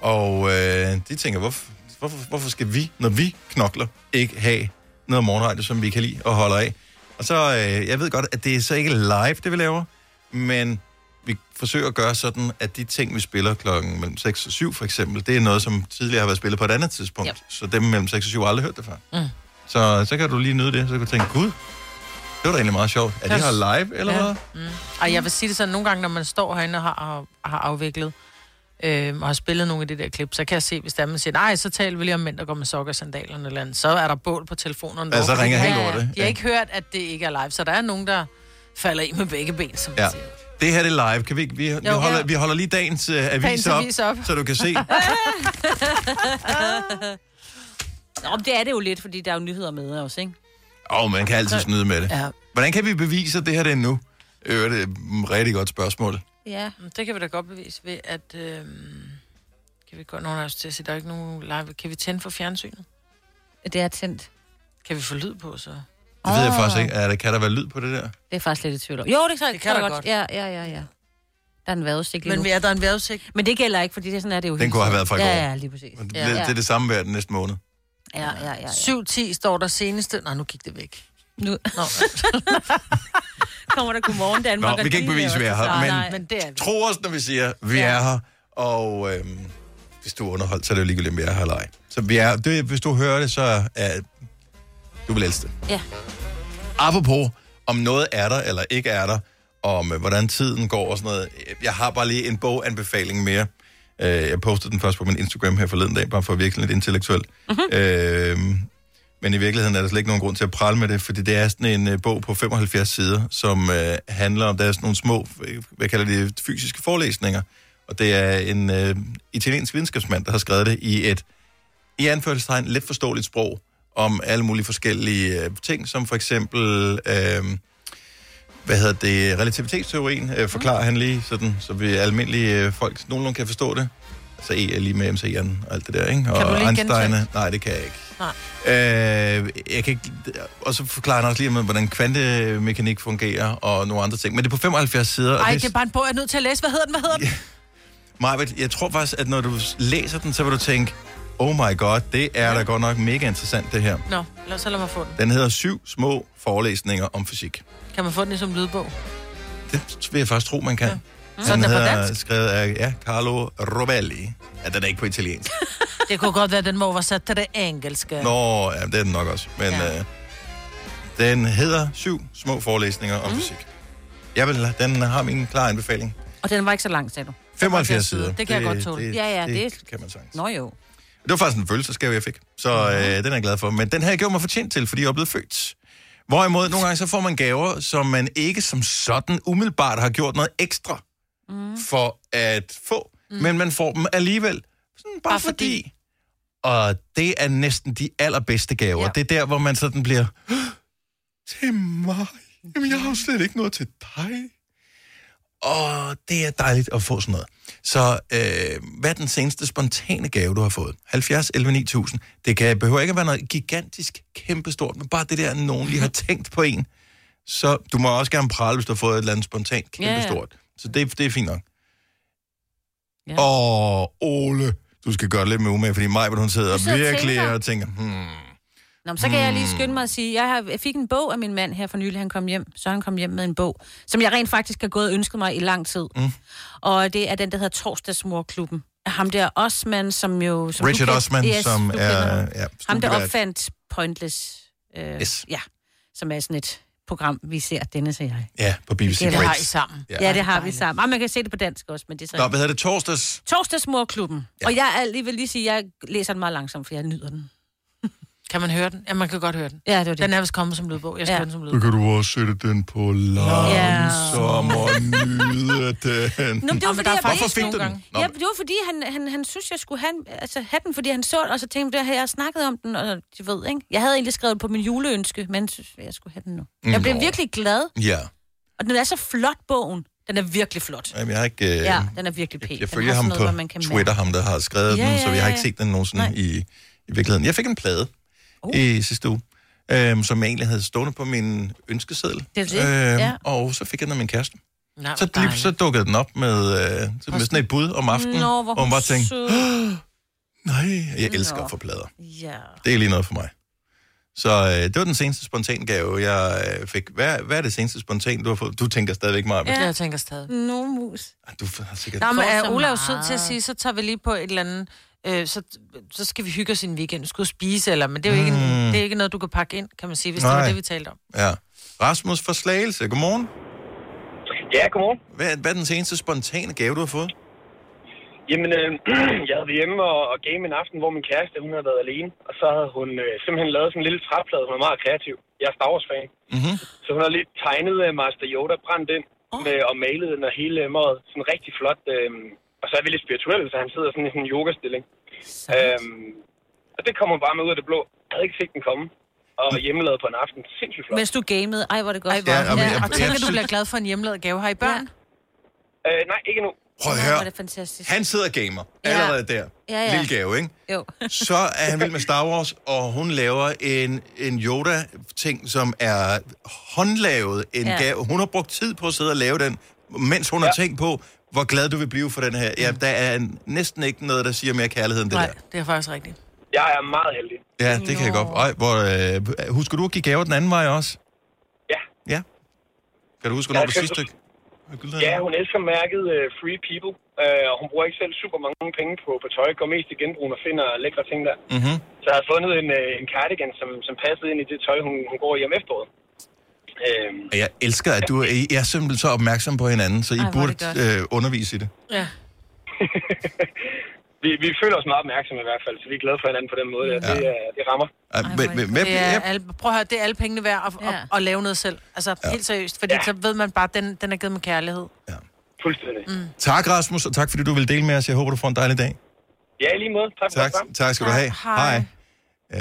A: Og øh, de tænker, hvorfor, hvorfor, hvorfor skal vi, når vi knokler, ikke have noget morgenradio, som vi kan lide og holder af? Og så, øh, jeg ved godt, at det er så ikke live, det vi laver, men vi forsøger at gøre sådan, at de ting, vi spiller klokken mellem 6 og 7 for eksempel, det er noget, som tidligere har været spillet på et andet tidspunkt. Yep. Så dem mellem 6 og 7 har aldrig hørt det før.
B: Mm.
A: Så, så kan du lige nyde det. Så kan du tænke, gud, det var da egentlig meget sjovt. Er det her live, eller ja. hvad?
B: Mm. Ej, jeg vil sige det sådan, nogle gange, når man står herinde og har, har afviklet, øh, og har spillet nogle af de der klip, så kan jeg se, hvis der er, man siger, nej, så taler vi lige om mænd, der går med sokker og sandaler eller andet. Så er der bål på telefonerne.
A: Ja, så
B: derovre,
A: ringer
B: fordi
A: helt
B: de-
A: over det.
B: De har ikke hørt, at det ikke er live, så der er nogen, der falder i med begge ben, som
A: Ja. Det her det er live. Kan vi, ikke- vi, vi,
B: Jo.
A: holder, vi holder lige dagens øh, *laughs* avis,
B: Dagens avis op.
A: så du kan se.
C: *laughs* Nå, men det er det jo lidt, fordi der er jo nyheder med også, ikke?
A: Åh, oh, man kan altid snyde med det.
B: Ja.
A: Hvordan kan vi bevise, at det her det er nu? Øh, det er et rigtig godt spørgsmål.
C: Ja.
B: Mm, Det kan vi da godt bevise ved, at... Øh, kan vi godt nogen af os til at sige, der er ikke nogen live. Kan vi tænde for fjernsynet?
C: Det er tændt.
B: Kan vi få lyd på, så?
A: Det ved jeg
C: Åh.
A: faktisk ikke. Er der, kan der være lyd på det der?
C: Det er faktisk lidt i tvivl om. Jo, det kan,
B: Det kan der
C: der
B: godt.
C: Ja, ja, ja, ja. Der er en vejrudsigt lige
B: Men
C: nu.
B: er der en vejrudsigt?
C: Men det gælder ikke, fordi det er sådan er det jo
A: Den
C: hele
A: kunne have
C: tiden.
A: været fra i
C: ja,
A: går.
C: Ja, lige præcis.
A: Det,
C: Ja,
A: ja. det er det samme hver den næste måned.
C: ja, ja, ja.
B: 7.10 står der seneste... Nej, nu gik det væk. Nå,
C: Nu. *laughs* Kommer der godmorgen Danmark?
A: Nå, vi kan ikke bevise, at vi er her, men,
B: men det er vi.
A: tro os, når vi siger, at vi er her, og øhm, hvis du er underholdt, så er det jo ligegyldigt, om vi er her eller ej. Så vi er, det, hvis du hører det, så er du vil elske det.
C: Ja.
A: Apropos, om noget er der eller ikke er der, om øh, hvordan tiden går og sådan noget. øh, Jeg har bare lige en boganbefaling mere. Øh, jeg postede den først på min Instagram her forleden dag, bare for at virke lidt intellektuel. Mm-hmm. Øh, men i virkeligheden er der slet ikke nogen grund til at prale med det, fordi det er sådan en øh, bog på 75 sider, som øh, handler om, der er sådan nogle små, øh, hvad kalder de, det, fysiske forelæsninger. Og det er en øh, italiensk videnskabsmand, der har skrevet det i et i anførselstegn let forståeligt sprog om alle mulige forskellige øh, ting, som for eksempel, øh, hvad hedder det, relativitetsteorien, øh, forklarer han lige sådan, så vi almindelige øh, folk nogenlunde kan forstå det. Altså E er lige med MC'eren og alt det der, ikke? Og
B: du lige
A: Einstein er-
B: gentage?
A: Nej, det kan jeg ikke.
B: Nej.
A: Øh, jeg kan ikke... Og så forklarer han også lige, om, hvordan kvantemekanik fungerer og nogle andre ting. Men det er på 75 sider. og
B: Ej,
A: det
B: det
A: er
B: er bare en bog, jeg er nødt til at læse. Hvad hedder den? Hvad hedder den?
A: Marvitt, jeg tror faktisk, at når du læser den, så vil du tænke, oh my god, det er da godt nok mega interessant, det her.
B: Nå, lad, så lad mig få den.
A: Den hedder syv små forelæsninger om fysik.
B: Kan man få den som lydbog?
A: Det vil jeg faktisk tro, man kan. Ja.
B: Så er den på dansk?
A: skrevet af ja, Carlo Rovelli. Ja, den er ikke på italiensk.
B: *laughs* Det kunne godt være, at den var oversat til det engelske.
A: Nå, ja, det er den nok også. Men ja. øh, den hedder syv små forelæsninger
C: Mhm.
A: om mm. fysik. Jeg vil, den har min klare anbefaling.
C: Og den var ikke så lang, sagde du.
A: 75 sider.
C: Det kan jeg godt tåle. ja, ja, det,
A: det kan man sagtens.
C: Nå jo.
A: Det var faktisk en følelsesgave, jeg fik. Så
C: Mhm.
A: øh, den er jeg glad for. Men den her gjorde mig fortjent til, fordi jeg er blevet født. Hvorimod, nogle gange så får man gaver, som man ikke som sådan umiddelbart har gjort noget ekstra mm. for at få.
C: Mhm.
A: Mm. Men man får dem alligevel. Sådan bare, bare fordi. fordi. Og det er næsten de allerbedste gaver. Ja. Det er der, hvor man sådan bliver... *gasps* Til mig? Jamen, jeg har jo slet ikke noget til dig. Og det er dejligt at få sådan noget. Så øh, hvad er den seneste spontane gave, du har fået? 70, 11, 9000.
C: *laughs*
A: Det kan, behøver ikke at være noget gigantisk, kæmpestort, men bare det der, at nogen lige har tænkt på en, så du må også gerne prale, hvis du har fået et eller andet spontant kæmpe
C: Ja, ja.
A: stort. Så det, det er fint nok. Ja. Åh, Ole, du skal gøre det lidt med umage, fordi mig, hun sidder
C: Du sidder og
A: virkelig
C: tænker.
A: og tænker, hmm,
C: Nå, men så kan jeg lige skynde mig at sige, jeg, har, jeg fik en bog af min mand her for nylig, han kom hjem. Så han kom hjem med en bog, som jeg rent faktisk har gået og ønsket mig i lang tid.
A: Mm.
C: Og det er den, der hedder Torsdagsmorklubben. Ham der Osman, som jo... Som du
A: Richard
C: kend-
A: Osman, som
C: du kender
A: er-
C: ham.
A: ja,
C: ham, der
A: studievært.
C: opfandt Pointless. Øh,
A: Yes.
C: Ja, som er sådan et program, vi ser, Dennis og jeg.
A: ja, på BBC
C: Det har I
A: Breaks.
C: sammen.
A: Ja.
C: Ja, ja det har vi sammen. Og man kan se det på dansk også, men det er så...
A: Nå, hvad hedder det? Torsdags?
C: Torsdagsmorklubben. Ja. Og jeg er lige vil lige sige, at jeg læser den meget langsomt, for jeg nyder den.
B: Kan man høre den? Ja, man kan godt høre den.
C: Ja, det var det.
B: Den er vist kommet som lydbog. Jeg skal
C: Ja.
B: ja. den som
A: Så
B: lydbog.
A: kan du også sætte den på langsom og nyde den.
C: Nå, men det var, fordi, jeg
A: Hvorfor
C: læste
A: fik du
C: nogle
A: den?
C: gange.
A: Nå,
C: Ja, det var fordi, han, han, han synes, jeg skulle have, en- altså, have den, fordi han så den, og så tænkte jeg, at jeg har snakket om den, og de ved, ikke? Jeg havde egentlig skrevet den på min juleønske, men jeg synes, jeg skulle have den nu. Jeg blev
A: Nå.
C: virkelig glad,
A: ja.
C: og den er så flot, bogen. Den er virkelig flot.
A: Jamen, jeg har ikke... Øh,
C: Ja, den er virkelig pæn.
A: Jeg
C: Den
A: følger
C: har
A: ham
C: sådan
A: på
C: noget, hvor man kan mærke-
A: Twitter, ham der har skrevet
C: Ja,
A: den,
C: ja,
A: så vi har
C: ja,
A: ikke
C: ja.
A: set den nogensinde
C: Nej. Uh.
A: i, i virkeligheden. Jeg fik en plade øh, i sidste uge, øhm, som jeg egentlig havde stående på min ønskeseddel. Øh,
C: Det er det, ja.
A: Og så fik jeg den af min kæreste.
B: Nej,
A: så,
B: hvor
A: lige, så dukkede den op med, øh, så med sådan et bud om aftenen,
C: Nå, hvor
A: og hun bare tænkte,
C: sød.
A: *gasps* nej, jeg elsker
C: Nå.
A: at få plader.
C: Ja.
A: Det er lige noget for mig. Så øh, det var den seneste spontan gave, jeg øh, fik. Hvad, hvad er det seneste spontan, du har fået? Du tænker stadigvæk meget.
B: Ja.
A: Ja.
B: Jeg tænker stadig.
C: No mus.
A: Du har sikkert...
B: Nå, men
C: får
B: er
C: så
B: Ola jo sød
C: meget.
B: til at sige, så tager vi lige på et eller andet... Øh, så, så skal vi hygge os i en weekend. Vi skal ud og spise, eller... Men det er jo ikke, en,
A: Mm.
B: det er ikke noget, du kan pakke ind, kan man sige, hvis Nej. det var
A: Nej.
B: det, vi talte om.
A: Ja. Rasmus fra Slagelse, godmorgen.
N: Ja, godmorgen.
A: Hvad, hvad er den seneste spontane gave, du har fået?
N: Jamen, øh, *clears throat* jeg havde været hjemme og, og game en aften, hvor min kæreste, hun havde været alene. Og så havde hun øh, simpelthen lavet sådan en lille træplade. Hun er meget kreativ. Jeg er Star Wars-fan.
A: Mm-hmm.
N: Så hun har lige tegnet øh, Master Yoda, brændt ind med, og malet den og hele øh, måde. Sådan rigtig flot. Øh, og så er vi lidt spirituelle, så han sidder sådan i sådan en yogastilling. Øh, og det kommer bare med ud af det blå. Jeg havde ikke set den komme. Og hjemmelavet på en aften. Sindssygt flot.
C: Mens du gamede. Ej, hvor er det godt. Ej,
N: hvor- Ja, og- jeg-
B: Og tænk,
N: jeg
B: at du
N: synes-
B: bliver glad for en hjemmelavet gave. Har I børn?
N: Øh, nej, ikke nu.
A: Prøv at
C: Ej,
A: høre.
C: hvor er det fantastisk.
A: Han sidder og gamer. Allerede der.
C: Ja, ja.
A: Lille gave, ikke?
C: Jo.
A: *laughs* Så er han vild med Star Wars, og hun laver en, en Yoda-ting, som er håndlavet en
E: Ja.
A: ja. gave. Hun har brugt tid på at sidde og lave den, mens hun ja. har tænkt på, hvor glad du vil blive for den her. Ja, der er næsten ikke noget, der siger mere kærlighed end det
B: Nej,
A: der.
B: det er faktisk rigtigt.
N: Jeg er meget heldig.
A: Ja, det kan jeg godt. Ej, hvor, øh, husker du at give gaver den anden vej også?
N: Ja.
A: Ja. Kan du huske,
N: Ja,
A: hvornår du
N: jeg
A: sidste...
N: synes- Ja, hun elsker mærket uh, Free People, uh, og hun bruger ikke selv super mange penge på, på tøj. Går mest i genbrug og finder lækre ting der.
A: Mm-hmm.
N: Så jeg har fundet en, uh, en cardigan, som, som passede ind i det tøj, hun, hun går i om efteråret. Uh,
A: Og Jeg elsker, at du I er simpelthen så opmærksom på hinanden, så I
N: Ej, hvor er
A: burde
N: det godt.
A: øh, undervise i det.
B: Ja.
N: *laughs* vi, vi føler os meget opmærksomme i hvert fald, så vi er glade for hinanden på den måde. Ja. Det, uh, det rammer.
A: Ej, men- men- men-
B: Det er alle, prøv at høre, det er alle pengene værd at, ja. at, at lave noget selv. Altså, ja. helt seriøst. Fordi ja. så ved man bare, at den, den er givet med kærlighed.
N: Fuldstændig.
B: Mm.
A: Tak, Rasmus, og tak, fordi du vil dele med os. Jeg håber, du får en dejlig dag.
N: Ja, i lige måde. Tak, for
A: Tak,
N: det.
A: tak skal du have.
N: Hej.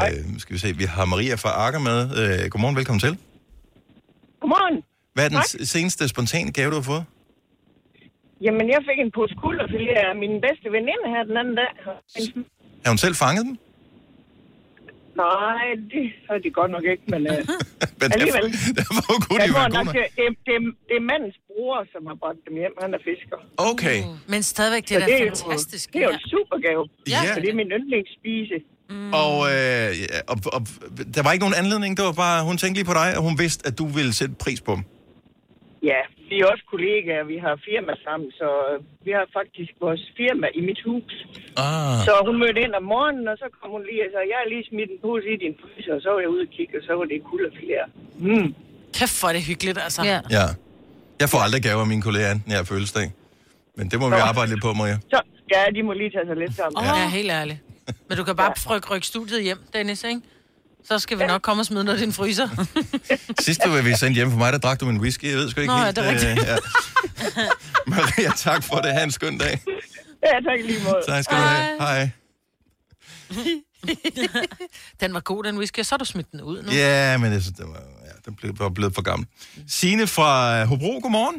A: Hej. Øh, nu skal vi se, vi har Maria fra Akker med. Øh, godmorgen, velkommen til.
O: Godmorgen.
A: Hvad er den
O: Tak.
A: s- seneste spontane gave, du har fået?
O: Jamen, jeg fik en pose kulderfilet af min bedste veninde her den anden dag.
A: Har hun selv fanget den?
O: Nej, det har de godt nok ikke, men øh,
A: *laughs* Men
O: alligevel.
A: *laughs* Derfor kunne
O: Jeg
A: de jo
O: tror
A: være
O: nok,
A: gode.
O: det, det, det, det er mandens bror, som har bragt dem hjem. Han er fisker.
A: nok. Okay.
B: Mm. Men stadigvæk, det er
O: Så
B: da
O: er jo-
B: fantastisk.
O: Det er jo en supergave.
A: Ja.
O: Så det er min yndlingsspise.
B: Mm.
A: Og, øh, ja, og, og, der var ikke nogen anledning. Det var bare, hun tænkte lige på dig, og hun vidste, at du ville sætte pris på dem.
O: Ja, vi er også kollegaer. Vi har firma sammen, så øh, vi har faktisk vores firma i mit hus.
A: Ah.
O: Så hun mødte ind om morgenen, og så kom hun lige og
P: altså,
O: sagde, jeg har lige smidt en pose i din fryser, og så var jeg ude og kigge, og så var det kulderfilet. Mm.
B: Kæft, hvor er det hyggeligt, altså. Ja.
A: Ja. Jeg får aldrig gaver af mine kolleger, enten jeg er fødselsdag. Men det må vi arbejde lidt på, Maria.
O: Så, ja, de må lige tage sig lidt sammen.
B: Åh, ja, helt
O: *laughs*
B: ærligt. Men du kan bare rykke, rykke studiet hjem, Dennis, ikke? Så skal vi nok komme og smide noget i din fryser.
A: Sidste var vi sendt hjem for mig, der drak du en whisky. Jeg ved sgu
B: *laughs*
A: ikke
B: Nå, ja,
A: helt. øh,
B: det er rigtigt.
A: ja. Maria, tak for det. Ha' en skøn dag.
O: Ja, tak i lige måde.
A: *laughs* Tak skal du have. Hej.
B: *laughs* den var god, den whisky, og så har du smidt den ud nu.
A: Ja, men jeg synes, det var, ja, det blev, var blevet for gammel. Signe fra øh, Hobro, godmorgen.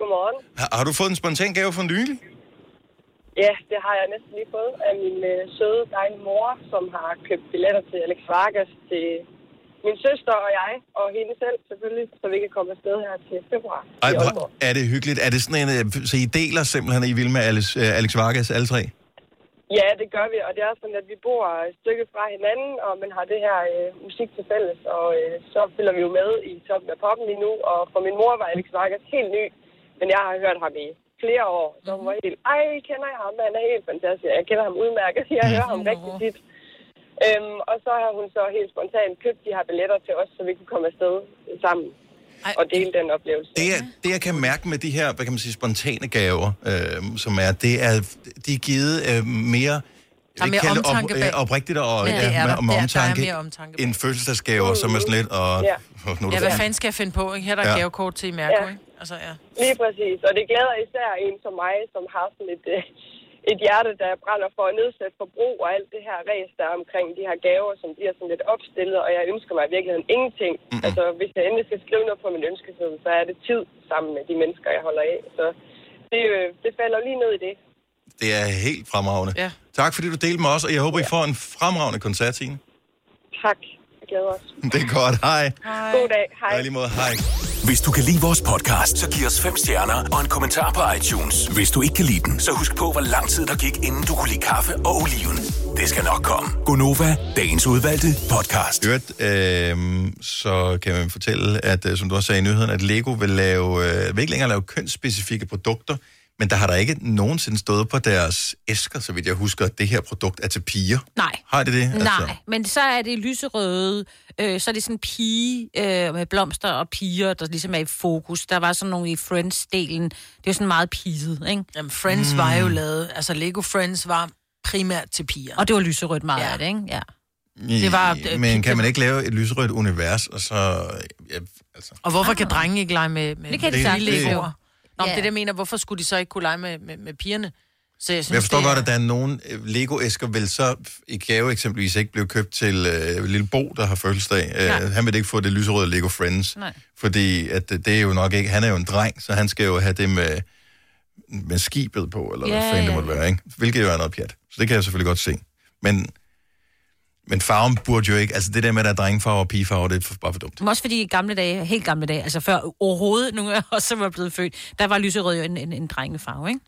Q: Godmorgen.
A: Har, har du fået en spontan gave for nylig?
Q: Ja, det har jeg næsten lige fået af min øh, søde, dejlige mor, som har købt billetter til Alex Vargas til min søster og jeg, og hende selv selvfølgelig, så vi kan komme afsted her til februar.
A: Ej, hvor er det hyggeligt. Er det sådan en, øh, så I deler simpelthen, er I vilde med Alex, øh, Alex Vargas, alle tre?
Q: Ja, det gør vi, og det er sådan, at vi bor et stykke fra hinanden, og man har det her øh, musik til fælles, og øh, så følger vi jo med i toppen af poppen lige nu, og for min mor var Alex Vargas helt ny, men jeg har hørt ham i flere år, så hun var helt, ej, kender jeg ham, han er helt fantastisk, jeg kender ham udmærket, *laughs* jeg hører ham rigtig tit. Øhm, og så har hun så helt spontant købt de her billetter til os, så vi kunne komme afsted sammen og dele den oplevelse.
A: Det, jeg, det, jeg kan mærke med de her, hvad kan man sige, spontane gaver, øh, som er, det er, de er givet øh, mere...
B: Der er mere
A: kalde
B: omtanke
A: øh,
B: bag.
A: oprigtigt og
B: Ja,
A: ja,
B: det er
A: ja, med,
B: der.
A: om
B: Der- der er
A: omtanke,
B: mere omtanke
A: end fødselsdagsgaver, som er sådan lidt, og *laughs* nu er
Q: Ja.
A: det
B: Ja, hvad
A: færdigt.
B: fanden skal jeg finde på? Ikke? Her er der
A: Ja.
B: ja. gavekort til i Mærko,
Q: Ja.
B: ikke? Altså, ja.
Q: Lige præcis, og det glæder især en som mig, som har sådan et, øh, et hjerte, der brænder for at nedsætte forbrug og alt det her ræs, der er omkring de her gaver, som bliver sådan lidt opstillet, og jeg ønsker mig i virkeligheden ingenting. Mm-hmm. Altså, hvis jeg endelig skal skrive noget på min ønskeseddel, så er det tid sammen med de mennesker, jeg holder af. Så det, øh, det falder lige ned i det.
A: Det er helt fremragende.
Q: Ja.
A: Tak fordi du delte med os, og jeg håber, I får en fremragende koncert, Signe. *laughs*
Q: Tak. Jeg glæder os.
A: Det er godt. Hej.
Q: Hej. God dag. Hej.
A: Hej lige måde. Hej.
E: Hvis du kan lide vores podcast, så giv os fem stjerner og en kommentar på iTunes. Hvis du ikke kan lide den, så husk på, hvor lang tid der gik, inden du kunne lide kaffe og oliven. Det skal nok komme.
A: Gonova, dagens udvalgte podcast. Hørt, øh, så kan man fortælle, at øh, som du også sagde i nyheden, at Lego vil, lave, øh, vil ikke længere lave kønsspecifikke produkter, men der har der ikke nogensinde stået på deres æsker, så vidt jeg husker, at det her produkt er til piger.
C: Nej.
A: Har det Altså, det?
N: altså.
C: Nej, men så er det lyserøde, øh, så er det sådan en pige øh, med blomster og piger, der ligesom er i fokus. Der var sådan nogle i Friends-delen. Det er jo sådan meget piget, ikke?
B: Jamen, Friends mm. var jo lavet... Altså, Lego Friends var primært til piger.
C: Og det var lyserødt meget ja. af det, ikke? Ja.
B: Det var, øh,
A: men kan
B: pigerne.
A: man ikke lave et lysrødt univers, og så... Ja, altså.
B: Og hvorfor kan drenge ikke lege med, med
A: Det kan de sagtens.
B: lille
A: Det-
B: Legoer? Nå, men
C: Ja.
B: det der mener, hvorfor skulle de så ikke kunne lege med, med, med pigerne? Så jeg,
A: Men jeg forstår
B: det
A: godt, at der er nogen øh, Lego-æsker, vil så f- i gave eksempelvis ikke blive købt til øh, Lille Bo, der har fødselsdag. Øh, han vil ikke få det lyserøde Lego Friends,
C: Nej.
A: fordi at øh, det, det er jo nok ikke... Han er jo en dreng, så han skal jo have det med, med skibet på, eller
C: Ja,
A: hvad fanden det
C: ja.
A: måtte være, ikke? Hvilket jo er noget pjat. Så det kan jeg selvfølgelig godt se. Men, men farven burde jo ikke... Altså det der med, at der er drengefarver og pigefarver, det er for- bare for dumt.
C: Men også fordi i gamle dage, helt gamle dage, altså før overhovedet nogen af os, som var blevet født, der var lyserød jo en, en, en drengefarve, ikke?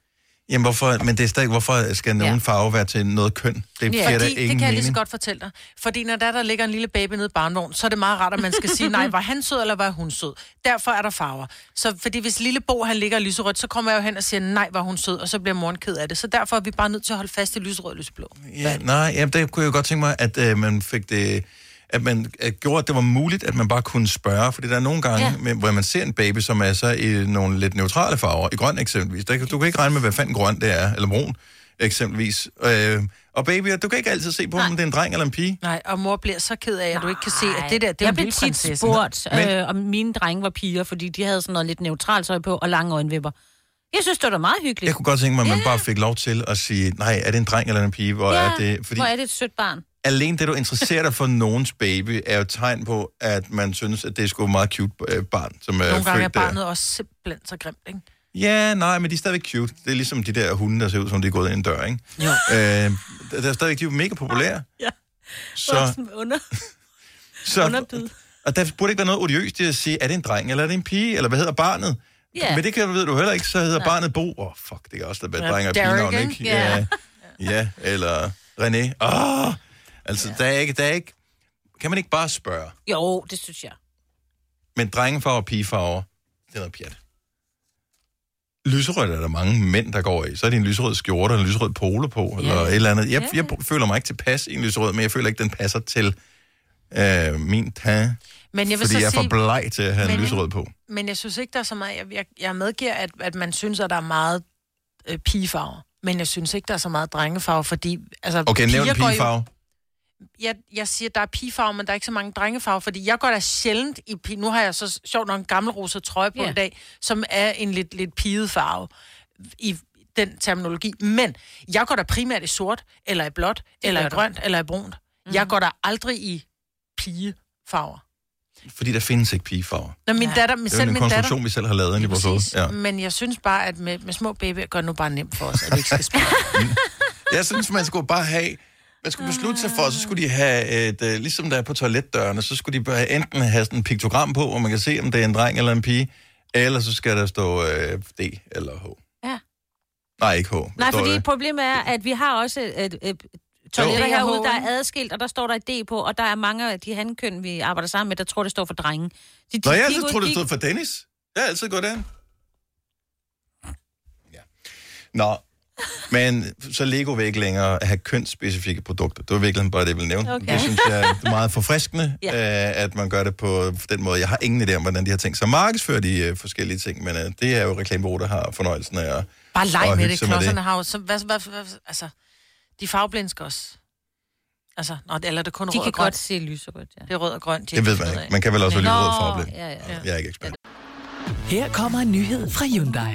A: Jamen hvorfor... Men det er stadig... Hvorfor skal nogen ja. farve være til noget køn? Det giver
B: fordi,
A: da
B: det kan
A: ingen
B: jeg lige så
A: mening.
B: godt fortælle dig. Fordi når der, der ligger en lille baby nede i barnvognen, så er det meget rart, at man skal sige, nej, var han sød, eller var hun sød? Derfor er der farver. Så fordi hvis lille Bo, han ligger i lyserødt, så kommer jeg jo hen og siger, nej, var hun sød, og så bliver moren ked af det. Så derfor er vi bare nødt til at holde fast i lyserød og lyseblå.
A: Ja, nej, jamen, der kunne jeg godt tænke mig, at øh, man fik det at man at gjorde, at det var muligt, at man bare kunne spørge, fordi der er nogle gange,
B: Ja.
A: ja. med, hvor man ser en baby, som er så i nogle lidt neutrale farver, i grøn eksempelvis. Der, kan- du kan ikke regne med, hvad fanden grøn det er, eller brun eksempelvis. Øh, og babyer, du kan ikke altid se på, om det er en dreng eller en pige.
B: Nej, og mor bliver så ked af, at du ikke kan se, at det der, det er
C: jeg
B: en
C: blev
B: lille
C: tit
B: prinsesse.
C: spurgt, øh, om mine drenge var piger, fordi de havde sådan noget lidt neutralt tøj på og lange øjenvipper. Jeg synes, det var da meget hyggeligt.
A: Jeg kunne godt tænke mig, at man bare fik lov til at sige, nej, er det en dreng eller en pige? Hvor
C: ja,
A: er det? Fordi
C: hvor er det et sødt barn.
A: alene det, du interesserer dig for nogens baby, er jo et tegn på, at man synes, at det er sgu et meget cute øh, barn, som er
B: Nogle gange er
A: født der.
B: barnet også simpelthen så grimt, ikke?
A: Ja, nej, men de er stadigvæk cute. Det er ligesom de der hunde, der ser ud som de er gået ind i en dør, ikke?
B: Jo.
A: Øh, der der er stadigvæk, de er jo mega populære.
C: Ja.
A: Så,
C: under,
A: så, og der burde ikke være noget odiøst i at sige, er det en dreng, eller er det en pige, eller hvad hedder barnet?
C: Ja.
A: Men det kan, ved du heller ikke, så hedder barnet Bo. Åh, oh, fuck, det kan også være
C: Ja,
A: dreng og
C: Derek,
A: pigenavn,
C: ikke?
A: ikke? Ja. ja, eller René. Åh, oh, altså, der er ikke, der er ikke, kan man ikke bare spørge,
C: Jo, det synes jeg.
A: men drengefarver og pigefarver, det er noget pjat. Lyserødt er der mange mænd, der går i. Så er det en lyserød skjorte eller en lyserød polo på, eller et eller andet. Jeg, jeg føler mig ikke tilpas i en lyserød, men jeg føler ikke, den passer til øh, min tag.
B: Men jeg vil
A: fordi
B: så
A: jeg er for
B: sige-
A: bleg til at have
B: Men-
A: en lyserød på.
B: Men jeg synes ikke, der er så meget... Jeg, jeg, jeg medgiver, at, at man synes, at der er meget øh, pigefarver. Men jeg synes ikke, der er så meget drengefarver, fordi... Altså,
A: Okay,
B: piger
A: nævn
B: går jo-
A: pigefarve.
B: Jeg, jeg siger, der er pigefarver, men der er ikke så mange drengefarver, fordi jeg går da sjældent i pige. Nu har jeg så sjovt nok en gammel rosa trøje på
C: Ja.
B: yeah. i dag, som er en lidt, lidt piget farve i den terminologi. Men jeg går da primært i sort, eller i blåt, eller
C: gør
B: i
C: du. Mhm.
B: grønt, eller i brunt. Mm. Jeg går da aldrig i pigefarver.
A: Fordi der findes ikke pigefarver.
B: Nå, min ja. datter, men
A: det er jo
B: selv
A: en
B: min
A: konstruktion,
B: datter, Mm.
A: vi selv har lavet ind i vores hoved. Ja.
B: Men jeg synes bare, at
A: *laughs*
B: med, med små babyer gør det nu bare nemt for os, at vi ikke skal spille.
A: Jeg synes, man skulle bare have Man skulle beslutte sig for, så skulle de have et, øh, ligesom der er på toiletdørene, så skulle de bare enten have sådan en piktogram på, hvor man kan se, om det er en dreng eller en pige, eller så skal der stå øh, D eller H.
C: Ja.
A: Nej, ikke H. Hvad
C: Nej,
A: står
C: fordi
A: der?
C: problemet er, at vi har også et, et, toiletter
A: Jo.
C: herude, der er adskilt, og der står der et D på, og der er mange af de handkøn, vi arbejder sammen med, der tror, det står for drenge. De,
A: Nå, jeg
C: gik
A: altid
C: ud-
A: troede, det
C: gik-
A: stod for Dennis. Jeg har altid gået derind. Ja. Nå, men så Lego vil ikke længere have kønsspecifikke produkter. Det var virkelig bare det, jeg ville nævne.
P: Okay.
A: Okay. Det synes jeg er
C: *laughs*
A: meget forfriskende,
P: Ja.
A: ja. øh, at man gør det på den måde. Jeg har ingen idé om, hvordan de har tænkt sig at markedsføre de øh, forskellige ting, men øh, det er jo reklamebureauer, der har fornøjelsen af at
B: *laughs* Bare leg
A: at
B: med
A: hygge
B: det.
A: sig med
B: Klodserne har jo... Så, hvad, hvad, hvad, altså, de er farveblinde skal også. Altså, nå, eller er det kun
C: De
B: rød og
C: kan
B: grøn?
C: godt se lyserødt, ja.
B: Det er rød og grøn.
A: Det ved man ikke. Man kan vel også være lyserød og farveblind.
C: Ja, ja.
A: Jeg er ikke ekspert.
L: Her kommer en nyhed fra Hyundai.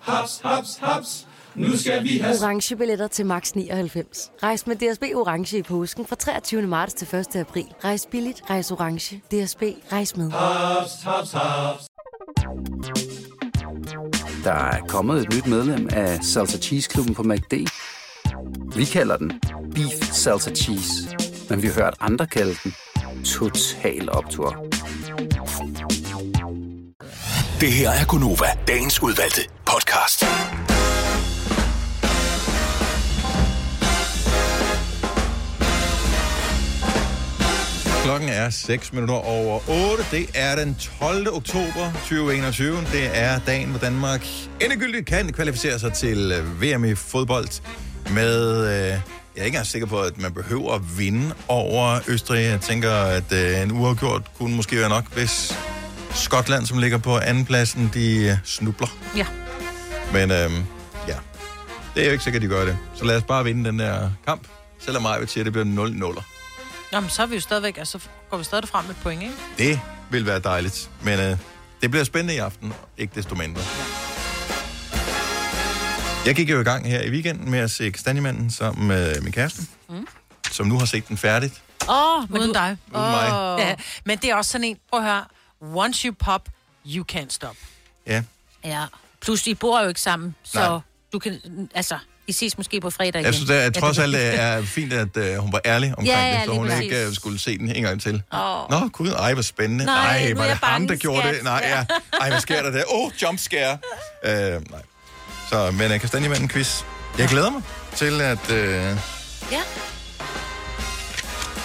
R: Haps, haps, haps. Nu skal vi have...
S: Orange billetter til max 99. Rejs med DSB Orange i påsken fra 23. marts til 1. april. Rejs billigt, rejs orange. DSB, rejs med.
R: Haps, haps, haps.
T: Der er kommet et nyt medlem af Salsa Cheese Klubben på MACD. Vi kalder den Beef Salsa Cheese, men vi har hørt andre kalde den Total Optor.
E: Det her er Gunova, dagens udvalgte podcast.
A: Klokken er 6 minutter over 8. Det er den 12. oktober 2021. Det er dagen, hvor Danmark endegyldigt kan kvalificere sig til øh, VM i fodbold med... Øh, jeg er ikke engang sikker på, at man behøver at vinde over Østrig. Jeg tænker, at øh, en uafgjort kunne måske være nok, hvis Skotland, som ligger på andenpladsen, de øh, snubler.
C: Ja.
A: Men øh, ja, det er jo ikke sikkert, de gør det. Så lad os bare vinde den der kamp, selvom Ejvind siger, at det bliver 0-0'er.
B: Nå, men så er vi jo stadigvæk... Altså, går vi stadig frem med et point, ikke?
A: Det vil være dejligt. Men øh, det bliver spændende i aften, ikke desto mindre. Jeg gik jo i gang her i weekenden med at se Kastanjemanden sammen med min kæreste,
B: Mm.
A: mm. som nu har set den færdigt.
B: Åh, oh, uden dig.
A: Uden mig.
B: Åh. Ja, men det er også sådan en... Prøv at høre. Once you pop, you can't stop.
A: Ja.
C: Ja. Plus, I bor jo ikke sammen, så
A: Nej.
C: Nej. du kan... Altså, I ses måske på fredag igen.
A: Jeg synes, det er,
C: Ja,
A: trods
C: det-
A: alt det er fint, at øh, hun var ærlig omkring
C: Ja, ja,
A: det, så
C: lige
A: hun
C: præcis.
A: ikke øh, skulle se den en gang til.
C: Åh.
A: Nå, gud, ej, hvor spændende.
C: Nej, nu
A: Nej,
C: er
A: var
C: jeg
A: det ham,
C: bange,
A: der gjorde
C: skat.
A: det? Nej, ja. Ej, hvad sker der der? Åh, oh, jumpscare. Øh, nej. Så, men øh, Kastanjemanden-quiz. Jeg glæder mig til, at... Øh,
C: Ja.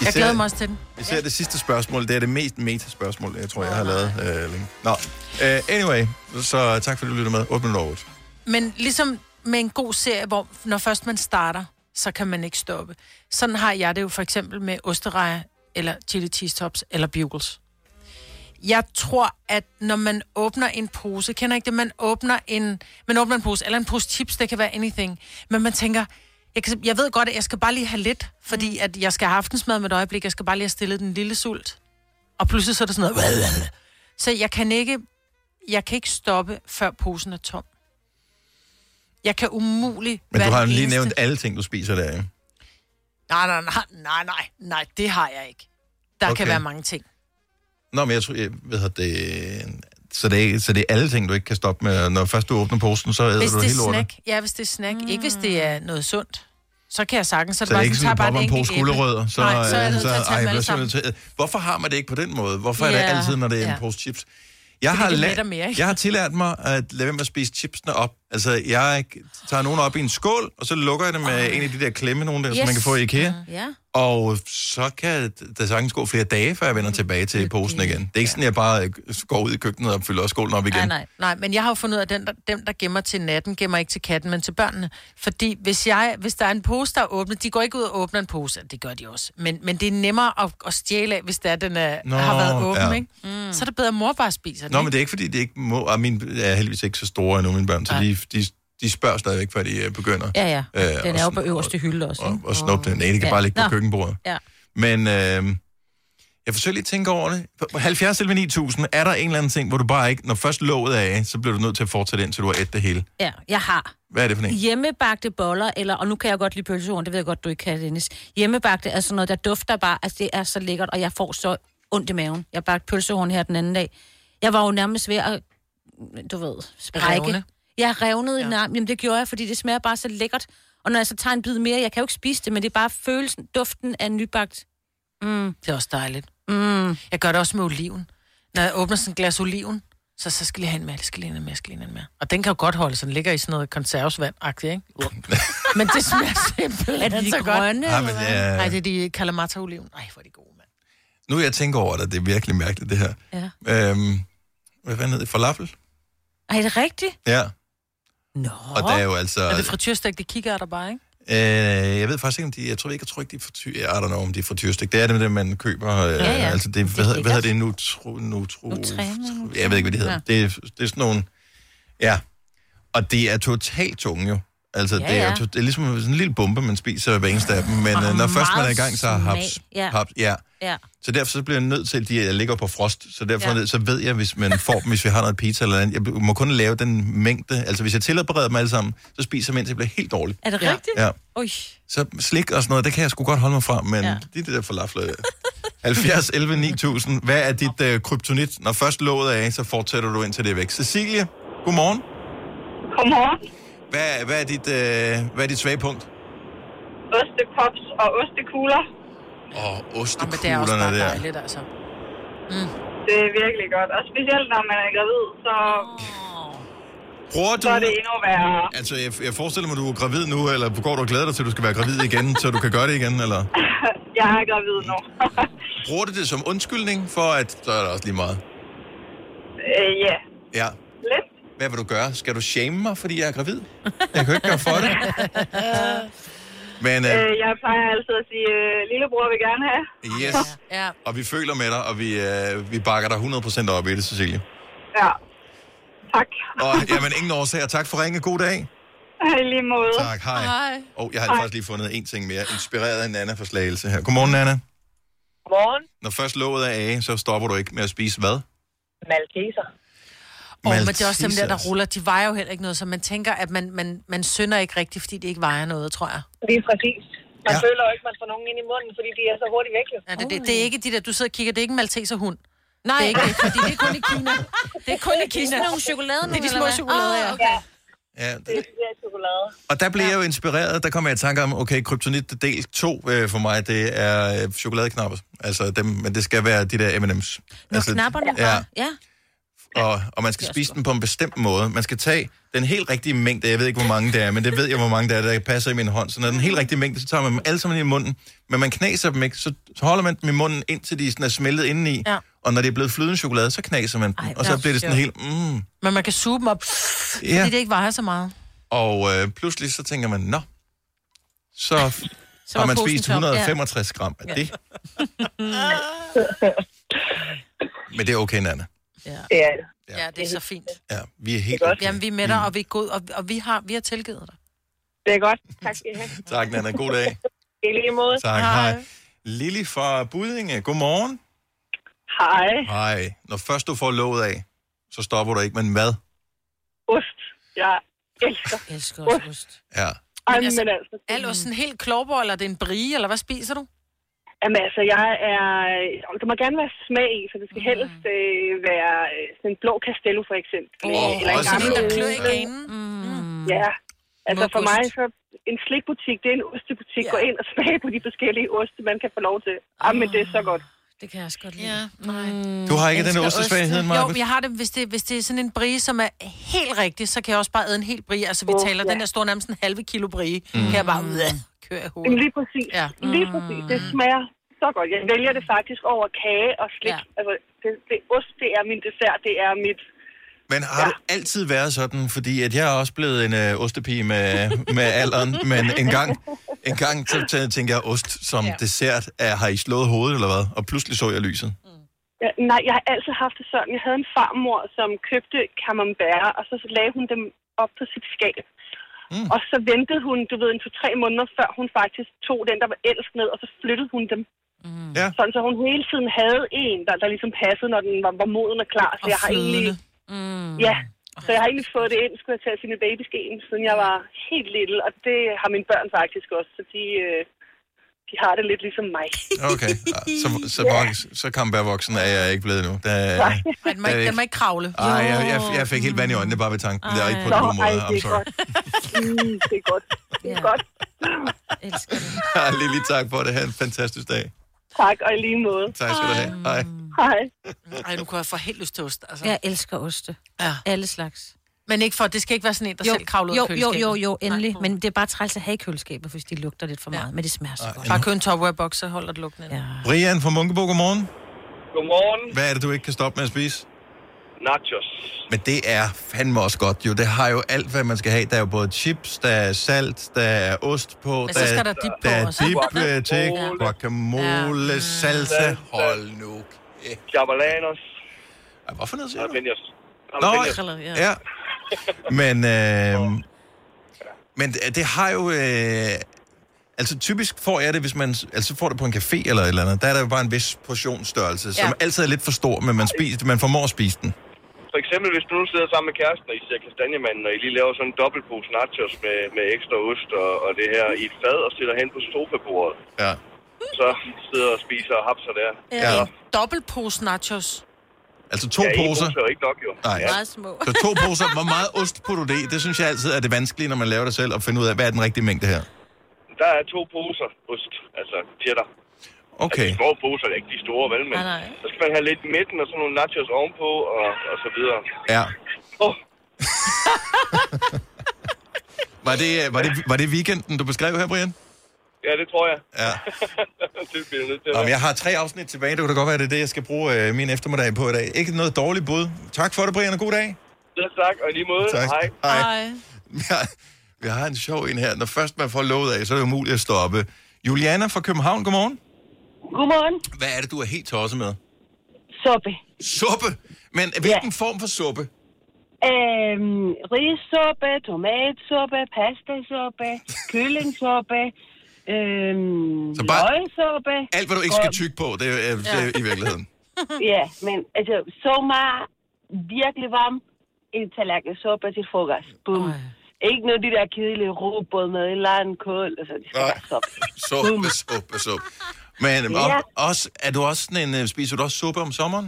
A: Især-
B: Jeg glæder mig også til den.
A: Især det sidste spørgsmål, det er det mest meta-spørgsmål, jeg tror, jeg har lavet øh, længe. Nå, uh, anyway, så tak fordi du lytter med. 8 minutter over otte.
B: Men ligesom med en god serie, hvor når først man starter, så kan man ikke stoppe. Sådan har jeg det jo for eksempel med osterejer, eller chili cheese tops, eller bugles. Jeg tror, at når man åbner en pose, kender jeg ikke det, man åbner en, man åbner en pose, eller en pose chips, det kan være anything, men man tænker, jeg, kan, jeg ved godt, at jeg skal bare lige have lidt, fordi at jeg skal have aftensmad med et øjeblik, jeg skal bare lige have stillet den lille sult. Og pludselig så er der sådan noget, så jeg kan ikke, jeg kan ikke stoppe, før posen er tom. Jeg kan umuligt
A: Men
B: være
A: du har jo
B: den
A: lige
B: eneste-
A: nævnt alle ting, du spiser der, ikke?
B: Nej, nej, nej, nej, nej, nej, det har jeg ikke. Der okay.
A: Okay.
B: kan være mange ting.
A: Nå, men jeg tror, jeg ved det... Så det, er, så det er alle ting, du ikke kan stoppe med. Når først du åbner posen, så æder
B: Hvis
A: du
B: det er
A: hele lortet.
B: snack, ja, hvis det er snack, mm. ikke hvis det er noget sundt, så kan jeg sagtens.
A: Så det
B: bare
A: er ikke sådan,
B: tager bare
A: at du popper en
B: et
A: pose
B: enkelt æble.
A: gulerødder. Så,
B: Nej, så er jeg
A: øh,
B: nødt til at tage
A: ej,
B: dem
A: jeg
B: alle
A: bliver
B: sammen.
A: simpelthen til- Hvorfor har man det ikke på den måde? Hvorfor er det
B: Ja.
A: altid, når det er
B: Ja.
A: en pose chips? Jeg har,
B: det
A: la-
B: letter mere, ikke?
A: jeg har tillært mig at lade være med at spise chipsene op. Altså, jeg tager nogen op i en skål, og så lukker jeg det med
B: Ah.
A: en af de der klemme, nogen der, yes. som man kan få i IKEA.
B: Mm.
C: Ja.
A: Og så kan der sagtens gå flere dage, før jeg
B: Mm.
A: vender tilbage til posen igen. Det er ikke sådan, at jeg bare øh, går ud i køkkenet og fylder skålen op igen.
B: Ah, Nej, nej, nej, men jeg har jo fundet ud af, at den, der, dem, der gemmer til natten, gemmer ikke til katten, men til børnene. Fordi hvis, jeg, hvis der er en pose, der er åbnet, de går ikke ud og åbner en pose, det gør de også. Men, men det er nemmere at, at stjæle af, hvis det er, den er,
A: Nå,
B: Nå, har været åben,
A: ja.
B: ja. ikke? Mm. Så er det bedre, at mor bare spiser den,
A: Nå, men det er ikke, fordi det ikke må... Og mine er heldigvis ikke så store endnu, mine børn, så de, de, de spørger stadigvæk, før de øh, begynder.
C: Ja, ja.
A: Øh,
C: Den
A: og
C: er jo
A: sådan-
C: på øverste hylde også, ikke?
A: og snuppe den. Nej, det kan
C: Ja.
A: bare ligge på
C: Nå.
A: køkkenbordet.
C: Ja.
A: Men øh, jeg forsøger lige at tænke over det. På 70 eller 9000, er der en eller anden ting, hvor du bare ikke... Når først låget er af, så bliver du nødt til at fortsætte indtil du har et det hele.
C: Ja, jeg har.
A: Hvad er det for en?
C: Hjemmebagte boller, eller, og nu kan jeg godt lide pølsehorn, det ved jeg godt, du ikke kan, Dennis. Hjemmebagte er sådan noget, der dufter bare, altså det er så lækkert, og jeg får så ondt i maven. Jeg bagte pølsehorn her den anden dag. Jeg var jo nærmest ved at, du ved, sprække.
B: Revne.
C: Jeg revnede ja. i armen, jamen det gjorde jeg, fordi det smager bare så lækkert. Og når jeg så tager en bid mere, jeg kan jo ikke spise det, men det er bare følelsen, duften af nybagt. Mm.
B: Det er også dejligt.
C: Mm.
B: Jeg gør det også med oliven. Når jeg åbner sådan et glas oliven, så, så skal jeg have en mere, det skal lige have en mere, det skal lige have en mere. Og den kan jo godt holde, så den ligger i sådan noget konservesvand-agtigt, ikke? *laughs* men det smager simpelthen
C: *laughs* Er det de
B: så
C: grønne,
A: Ej, eller men hvad? det er-
B: Nej, det er de kalamata-oliven. Ej, hvor er de gode.
A: Nu jeg tænker over det, det er virkelig mærkeligt, det her.
C: Ja.
A: Øhm, hvad fanden hedder det? Falafel?
C: Ej, er det rigtigt?
A: Ja.
B: Nå.
A: Og der er jo altså...
B: Er det frityrstegte kikærter bare, ikke?
A: Øh, jeg ved faktisk ikke, om de... Jeg tror ikke, jeg tror ikke, de er frityr... Jeg don't know, om de er frityrstik. Det er det, det man køber. Øh,
B: Ja, ja.
A: Altså, det, hvad, hedder- hvad hedder det? Nutro... Nutro... Jeg ved ikke, hvad de hedder. Ja.
B: Ja.
A: Det, er- det er sådan nogle... Ja. Og det er totalt tunge jo. Altså,
C: Ja,
A: ja, det, er,
C: ja.
A: ja. det er ligesom sådan en lille bombe, man spiser hver eneste af dem. Men
C: Og
A: øh, når
C: meget
A: først man er i gang, så er
C: smag.
A: haps.
C: Ja.
A: haps ja.
C: Ja.
A: Så derfor så bliver jeg nødt til, at de øh, ligger på frost. Så derfor
C: Ja.
A: ja. så ved jeg, hvis man får dem, hvis vi har noget pizza eller andet. Jeg må kun lave den mængde. Altså, hvis jeg tilbereder dem alle sammen, så spiser jeg dem, indtil jeg bliver helt dårlig.
C: Er det ja. rigtigt?
A: Ja.
C: Oj.
A: Så slik og sådan noget, det kan jeg sgu godt holde mig fra, men ja.
C: Ja.
A: de der falafler... *laughs* der. 70, 11, 9000. Hvad er dit øh, kryptonit? Når først låget er af, så fortsætter du indtil det er væk. Cecilie, godmorgen.
P: Godmorgen.
A: Hvad, hvad, er, dit, øh, hvad er dit svage punkt?
P: Ostepops og ostekugler.
A: Åh,
B: Men
A: oh,
B: det er også bare
A: ostekuglerne der.
B: dejligt, altså. Mm.
P: Det er virkelig godt. Og specielt når man er gravid, så,
A: Bruger du...
P: så er det endnu værre.
A: Altså, jeg, jeg forestiller mig, du er gravid nu, eller går du og glæder dig til, at du skal være gravid igen, så du kan gøre det igen, eller?
P: Jeg er gravid nu.
A: Bruger du det som undskyldning for, at så er der også lige meget?
P: Øh, ja.
A: Ja.
P: Lidt.
A: Hvad vil du gøre? Skal du shame mig, fordi jeg er gravid? Jeg kan jo ikke gøre
P: *laughs*
A: for det. Men
P: Øh,
A: øh,
P: jeg plejer altid at sige, øh, lillebror vil gerne have.
A: yes,
B: Ja.
A: og vi føler med dig, og vi, øh, vi bakker dig 100% op i det, Cecilie.
P: Ja.
B: *laughs*
A: Og jamen, ingen årsager. Tak for ringe. God dag.
P: *laughs* I lige måde.
A: Tak, hej.
P: Hej.
A: Og jeg har faktisk lige fundet en ting mere, inspireret af Nana fra Slagelse her. Godmorgen, Nana.
P: Godmorgen.
A: Når først låget er af, så stopper du ikke med at spise hvad?
P: Malteser.
B: Og men det er også dem der, der
A: Maltesers.
B: ruller. De vejer jo heller ikke noget, så man tænker, at man, man, man synder ikke rigtigt, fordi det ikke vejer noget, tror jeg.
P: Lige præcis. Man
B: Ja.
P: ja. føler jo ikke, man får nogen ind i munden, fordi de er så hurtigt væk.
B: Ja, det, det, det er ikke de der, du sidder og kigger, det er ikke en malteserhund. Nej. Det er ikke det, fordi det
P: *laughs*
B: er kun i Kina. *laughs* Det er kun i Kina.
C: Det er sådan nogle chokolade,
B: Det er de
C: eller
B: små
C: hvad?
B: chokolader, ja.
C: Åh, okay.
A: Ja,
P: Det er de her chokolade.
A: Og der blev ja. jeg jo inspireret, der kom jeg i tanke om, okay, kryptonit del 2 øh, for mig, det er øh, chokoladeknapper. Altså dem, men det skal være de der M&M's.
C: Når
A: altså,
C: knapperne
A: ja,
C: var... Ja.
A: og, og man skal spise dem på en bestemt måde. Man skal tage den helt rigtige mængde, jeg ved ikke, hvor mange det er, men det ved jeg, hvor mange der er, der passer i min hånd. Så når den helt rigtige mængde, så tager man dem alle sammen i munden, men man knaser dem ikke, så så holder man dem i munden, indtil de sådan er smeltet indeni. Ja. Og når det er blevet flydende chokolade, så knaser man dem, Ej, og
B: hvor
A: så bliver det sådan helt,
B: sjovt.
A: mm,
B: Men man kan suge dem op,
A: Ja.
B: ja. fordi det ikke vejer så meget.
A: Og øh, pludselig så tænker man, nå,
B: *laughs*
A: så, så
B: var
A: har man
B: posen
A: spist
B: tom, ja.
A: 165 gram af det. Men det er okay, Nana.
B: Ja.
P: Det er det.
B: Ja, det er så fint.
A: Ja, vi er helt Mm.
B: Godt.
A: okay.
B: Jamen, vi er med dig, og vi, er god, og, og vi, har, vi har tilgivet dig.
P: Det er godt. Tak skal I have.
A: Tak, Nana. God dag.
P: I lige måde.
A: Tak, hej. Lili fra Budinge, godmorgen.
P: Hej.
A: Hej. Når først du får låget af, så stopper du ikke, men mad.
P: Ost. Jeg elsker.
C: Jeg elsker
P: også
C: ost.
A: Ja.
P: Ej,
B: Men altså,
P: men altså,
B: Al osten helt klorborg, eller er det en brie, eller hvad spiser du?
P: Jamen altså, jeg er... øh, Om der må gerne være smag i, så det
B: Mm.
P: skal helst øh, være øh, sådan en blå castello for eksempel.
B: Åh, også sådan en, der klør i Mm.
P: ganen. øh, Ja. Altså for mig, så en slikbutik, det er en ostebutik. Ja. Gå ind og smag på de forskellige oste, man kan få lov til. Jamen, det er så godt.
C: Det kan jeg også godt lide.
B: Ja, nej.
A: Du har ikke
B: Jeg
A: den
B: elsker
A: ostesvaghed,
B: ost. Jo, men jeg har det, hvis det, hvis det er sådan en brie, som er helt rigtig, så kan jeg også bare æde en hel brie. Altså, vi oh, taler, ja. den der store nærmest en halve kilo brie. Mm. Kan jeg bare ud af køre i hovedet.
P: Jamen, lige præcis.
B: Ja.
P: Lige præcis. Det smager så godt. Jeg vælger det faktisk over kage og slik. Ja. Altså, det, det, ost, det er min dessert. Det er mit...
A: Men har ja. du altid været sådan? Fordi at jeg er også blevet en øh, ostepige med, med alderen, men en gang, en gang så tæ- tænkte jeg, ost som ja. dessert, er, har I slået hovedet eller hvad? Og pludselig så jeg lyset.
P: Ja, nej, jeg har altid haft det sådan. Jeg havde en farmor, som købte camembert, og så, så lagde hun dem op på sit skab. Mm. Og så ventede hun, du ved, en to-tre måneder, før hun faktisk tog den, der var ældst ned, og så flyttede hun dem.
A: Mm. Ja.
P: Sådan, så hun hele tiden havde en, der, der ligesom passede, når den var, var moden og klar. Så
B: Og
P: jeg har egentlig...
C: Mm.
P: Ja, så jeg har egentlig fået det ind, skulle jeg tage sine babyskeen, siden jeg var helt lille. Og det har mine børn faktisk også, så de, øh, de har det lidt ligesom mig. *laughs*
A: Okay, ja, så, så, vok- så camembert-voksen er jeg ikke blevet nu. Da,
P: Nej.
B: Ej, den må,
A: da er
B: ikke,
A: det
B: den må ikke kravle.
A: Ej, jeg, jeg, jeg fik helt vand i øjnene bare ved tanken. Det er ikke på den
P: Nå,
A: gode
P: ej,
A: måde.
P: det
A: I'm
P: er
A: sorry.
P: godt. *laughs* Mm, det er godt. Det er godt.
A: Ja, *laughs* Lili, tak for det. Ha' en fantastisk dag.
P: Tak, og i lige måde.
A: Tak skal du have.
B: Ah.
A: Hej.
P: Hej.
B: Ej, nu kunne jeg få helt lyst til ost. Altså.
C: Jeg elsker oste.
B: Ja.
C: Alle slags.
B: Men ikke for, det skal ikke være sådan en, der
C: jo,
B: selv kravler ud
C: jo,
B: af
C: jo,
B: køleskabet.
C: jo, jo, endelig. Men det er bare træls at have i køleskabet, hvis de lugter lidt for meget. Ja. Men det smager så godt.
B: Bare køb en Tupperware-boks, så holder det lukken ind.
C: Ja.
A: Brian fra Munkebo, godmorgen.
U: Godmorgen.
A: Hvad er det, du ikke kan stoppe med at spise?
U: Nachos.
A: Men det er fandme også godt, jo. Det har jo alt, hvad man skal have. Der er jo både chips, der er salt, der er ost på.
B: Men så skal der dip på
A: der
B: også.
A: er dip øh, til
B: Guacamole.
A: guacamole, ja. salsa. Hold nu.
U: Jabalanos.
A: Hvorfor noget siger
U: du? Jalapenos.
A: ja. Men, øh, men det- det har jo... Øh, altså typisk får jeg det, hvis man altså får det på en café eller et eller andet. Der er der jo bare en vis portionsstørrelse, ja. som altid er lidt for stor, men man, spiser, man formår at spise den.
U: For eksempel, hvis du nu sidder sammen med kæresten, og I ser kastanjemanden, og I lige laver sådan en dobbeltpose nachos med, med ekstra ost og, og det her i et fad, og sidder hen på sofabordet.
A: Ja.
U: Så sidder og spiser og hapser der.
B: Ja. En dobbelt pose nachos.
A: Altså to
U: ja, en
A: poser.
U: pose er jo ikke nok, jo.
A: Nej.
U: Ja.
B: Meget små.
A: Så to poser. Hvor meget ost putter du det i? Det synes jeg altid er det vanskelige, når man laver det selv, at finde ud af, hvad er den rigtige mængde her.
U: Der er to poser ost, altså cheddar.
A: Okay.
U: Altså, de små poser det er ikke de store, vel? Men
A: Nej,
U: så skal man have lidt i midten, og så nogle nachos ovenpå, og, og så videre.
A: Ja.
U: Åh.
A: Var det, øh, var, det, var det weekenden, du beskrev her, Brian?
U: Ja, det tror jeg.
A: Ja.
U: *laughs* det bliver jeg nødt til at
A: Jamen,
U: være.
A: jeg har tre afsnit tilbage. Det kunne da godt være, det er det, jeg skal bruge øh, min eftermiddag på i dag. Ikke noget dårligt bud. Tak for det, Brian, og god dag.
U: Ja, tak, og i lige måde.
A: Tak.
U: Hej.
A: Hej. Vi har en sjov en her. Når først man får lovet af, så er det umuligt at stoppe. Juliana fra København, godmorgen.
V: Godmorgen.
A: Hvad er det, du er helt tosset med?
V: Suppe.
A: Suppe? Men hvilken ja. form for suppe?
V: Øhm, rissuppe, tomatsuppe,
A: *laughs*
V: pastasuppe, kyllingsuppe, øhm,
A: Så bare
V: løgsuppe.
A: Alt, hvad du ikke skal
V: Og-
A: tygge på, det er, øh, det er
V: Ja.
A: i virkeligheden.
V: *laughs* ja, men altså, så meget virkelig varm en tallerken suppe til frokost. Bum. Ikke noget af de der kedelige råbrød med en eller anden kål. Altså, det skal være suppe.
A: Suppe, suppe, suppe. Men øh,
V: Ja.
A: og, også, er du også sådan en, øh, spiser du også suppe om sommeren?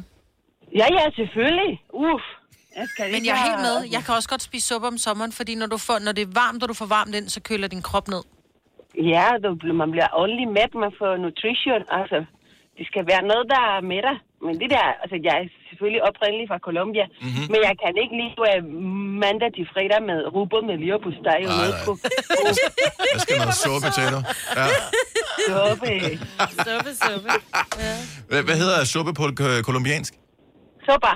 V: Ja, ja, selvfølgelig. Uff. Jeg skal
B: Men
V: ikke
B: jeg er helt
V: have-
B: med. Jeg kan også godt spise suppe om sommeren, fordi når, du får, når det er varmt, og du får varmt ind, så køler din krop ned.
V: Ja, du, bliver- man bliver ordentlig mæt, man får nutrition, altså. Det skal være noget, der er med dig. Men det der, altså jeg er selvfølgelig oprindelig fra Colombia,
A: Mhm.
V: mm-hmm. men jeg kan ikke lide øh, mandag til fredag med rugbrød med leverpostej og
A: Nej,
V: noget
A: nej.
V: på.
A: Der skal noget suppe til dig. Ja.
V: Suppe.
C: Suppe, suppe.
A: Hvad, hvad hedder suppe på øh, kolumbiansk?
V: Sopa.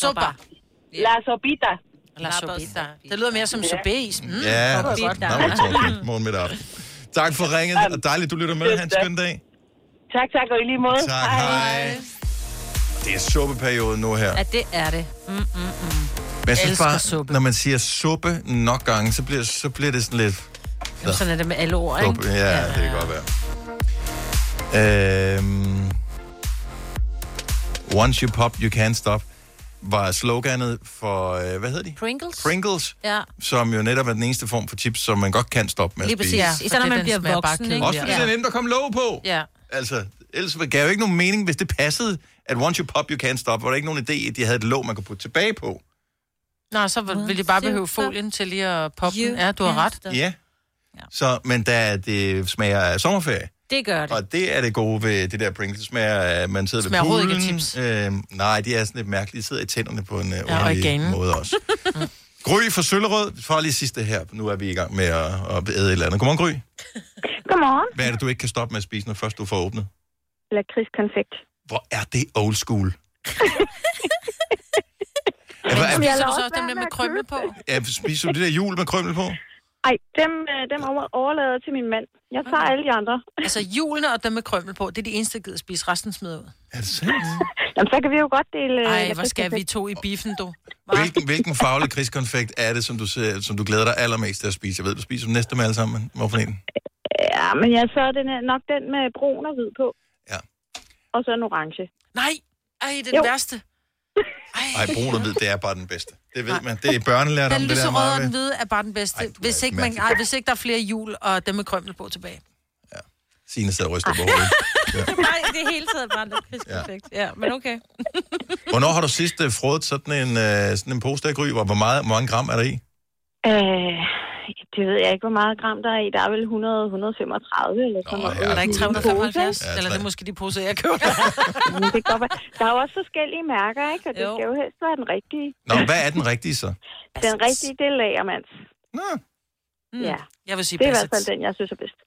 B: Sopa.
V: La sopita.
B: La sopita. Det lyder mere som sorbet. Mm,
A: Ja,
B: det var godt.
A: Nå, men tak. morgen middag aften. Tak for ringet, og dejligt, du lytter med. Ha' en skøn dag.
V: Tak, tak, og i lige måde.
A: Tak, hej. Det er suppeperioden nu her.
C: Ja, det er det. Mm, mm, mm.
A: Men jeg synes
C: Elsker
A: bare,
C: suppe.
A: når man siger suppe nok gange, så bliver, så bliver det sådan lidt...
C: Jamen, sådan er det med alle ord, ikke?
A: Suppe. Ja, det kan godt være. Øhm, Once you pop, you can't stop, var sloganet for, øh, hvad hedder de?
C: Pringles.
A: Pringles,
C: Ja.
A: som jo netop er den eneste form for chips, som man godt kan stoppe med
C: Lige
A: at
C: præcis.
A: spise.
C: Ja, Især når
B: fordi
C: man
B: den
C: bliver
B: smager bare
C: voksen,
B: kedeligt.
C: ikke?
A: Også fordi
C: ja.
A: det er nemt at komme lov på.
B: Ja.
A: Altså, ellers gav jo ikke nogen mening, hvis det passede, at once you pop, you can't stop, var der ikke nogen idé, at de havde et låg, man kunne putte tilbage på.
B: Nå, så vil- vil de bare behøve folien til lige at poppe den. Ja, du har ret.
A: Ja. Så, men da det smager af sommerferie,
C: Det gør det.
A: Og det er det gode ved det der Pringles, det smager, øh, man sidder
B: Smager
A: ved
B: overhovedet
A: poolen.
B: ikke af
A: Øh, nej, de er sådan lidt mærkelige, de sidder i tænderne på en øh,
B: Ja, og i
A: underlig
B: ganen.
A: måde
B: *laughs*
A: også. Gry fra Søllerød, for lige sidste her, nu er vi i gang med at, at æde et eller andet. Godmorgen, Gry.
F: Godmorgen.
A: Hvad er det, du ikke kan stoppe med at spise, når først du får åbnet?
F: Lakridskonfekt.
A: Hvor er det old school? ja, hvad,
F: Spiser
A: er,
F: du så også dem der med krømmel på?
A: er, spiser du det der jul med krømmel på?
F: Ej, dem, øh, dem over- overlader jeg til min mand. Jeg tager alle de andre.
B: Altså julene og dem med krømmel på, det er de eneste, der gider spise. Resten smider ud.
A: Er det sandt?
F: Jamen, så kan vi jo godt dele... øh,
B: Ej, hvor
F: lakridskonfekt.
B: skal vi to i biffen, du?
A: Hvilken, hvilken faglig krigskonfekt er det, som du, ser- som du glæder dig allermest til at spise? Jeg ved, du spiser dem næste med alle sammen. Hvorfor en?
F: Ja, men jeg så er den er nok den med brun og hvid på.
A: Ja.
F: Og så en orange.
B: Nej, ej, det er
F: Jo.
B: den værste.
A: Ej, brun og hvid, det er bare den bedste. Det ved man. Det er børnelært
B: Den
A: om det der
B: lyserøde og den
A: meget. ved.
B: hvide er bare den bedste. Ej, hvis, ikke man,
A: mærkelig.
B: ej, hvis ikke der er flere jul og dem med krømmel på tilbage.
A: Signe sidder og ryster på hovedet.
C: *laughs* Nej, det er hele tiden bare lakridskonfekt. Ja. ja, men okay.
A: Hvornår har du sidst uh, frået sådan en, uh, sådan en pose der gry? Hvor, hvor, meget, hvor mange gram er der i?
F: Øh, det ved jeg ikke, hvor meget gram der er i. Der er vel 100, 135 eller sådan noget.
B: Er der ikke 375? Ja, Eller det er måske de poser, jeg køber.
F: Men det kan godt være. Der er jo også forskellige mærker, ikke? Og det
B: Jo.
F: skal jo helst være den rigtige.
A: Nå, hvad er den rigtige så?
F: Den rigtige, det er lagermands.
A: Nå.
B: Mm.
F: Ja.
B: Jeg vil sige
F: det er i hvert
B: Bassets.
F: fald den, jeg synes er bedst.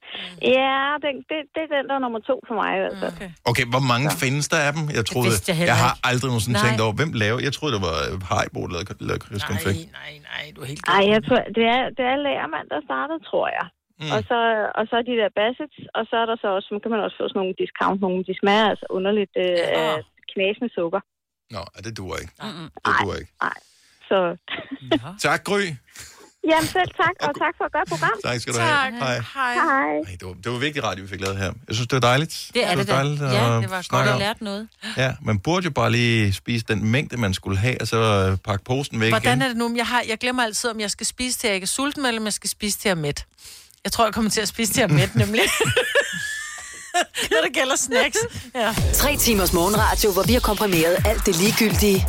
F: Ja, den, det, det er den, der er nummer to for mig altså. i hvert fald. Okay.
A: Okay, hvor mange ja. findes der af dem? Jeg troede,
F: vidste jeg
A: jeg,
F: heller
A: har
F: ikke.
A: aldrig nogensinde
F: Nej.
A: tænkt over, hvem laver. Jeg troede, det var øh, Haribo, der lavede- lavede krigskonfekt.
B: nej, nej, du er helt
F: Ej, jeg tror, det er, det er lagermand, der startede, tror jeg. Mm. Og, så, og så de der bassets, og så er der så også, så kan man også få sådan nogle discount, nogle de smager altså underligt øh, af knasende sukker.
A: Nå, ja, det duer ikke.
F: Mm-mm.
A: Det duer ikke.
F: Så *laughs*
A: Tak, Gry.
F: jamen selv tak, og tak for et godt program.
A: Tak skal du have. Tak. Hej.
F: Hej. Hej.
A: Ej, det, var, det var vigtig radio, vi fik lavet her. Jeg synes, det var dejligt.
C: Det er det,
A: var
C: da.
A: dejligt
C: Ja,
A: at
C: det var godt
A: snakke
C: at
A: om.
C: lært noget.
A: Ja, man burde jo bare lige spise den mængde, man skulle have, og så øh, pakke posen væk
B: Hvordan er
A: igen.
B: det nu? om Jeg, har, jeg glemmer altid, om jeg skal spise til, jeg ikke er sulten, eller om jeg skal spise til, jeg er mæt. Jeg tror, jeg kommer til at spise til, jeg er mæt, nemlig. Når det gælder snacks. Ja.
D: Tre timers morgenradio, hvor vi har komprimeret alt det ligegyldige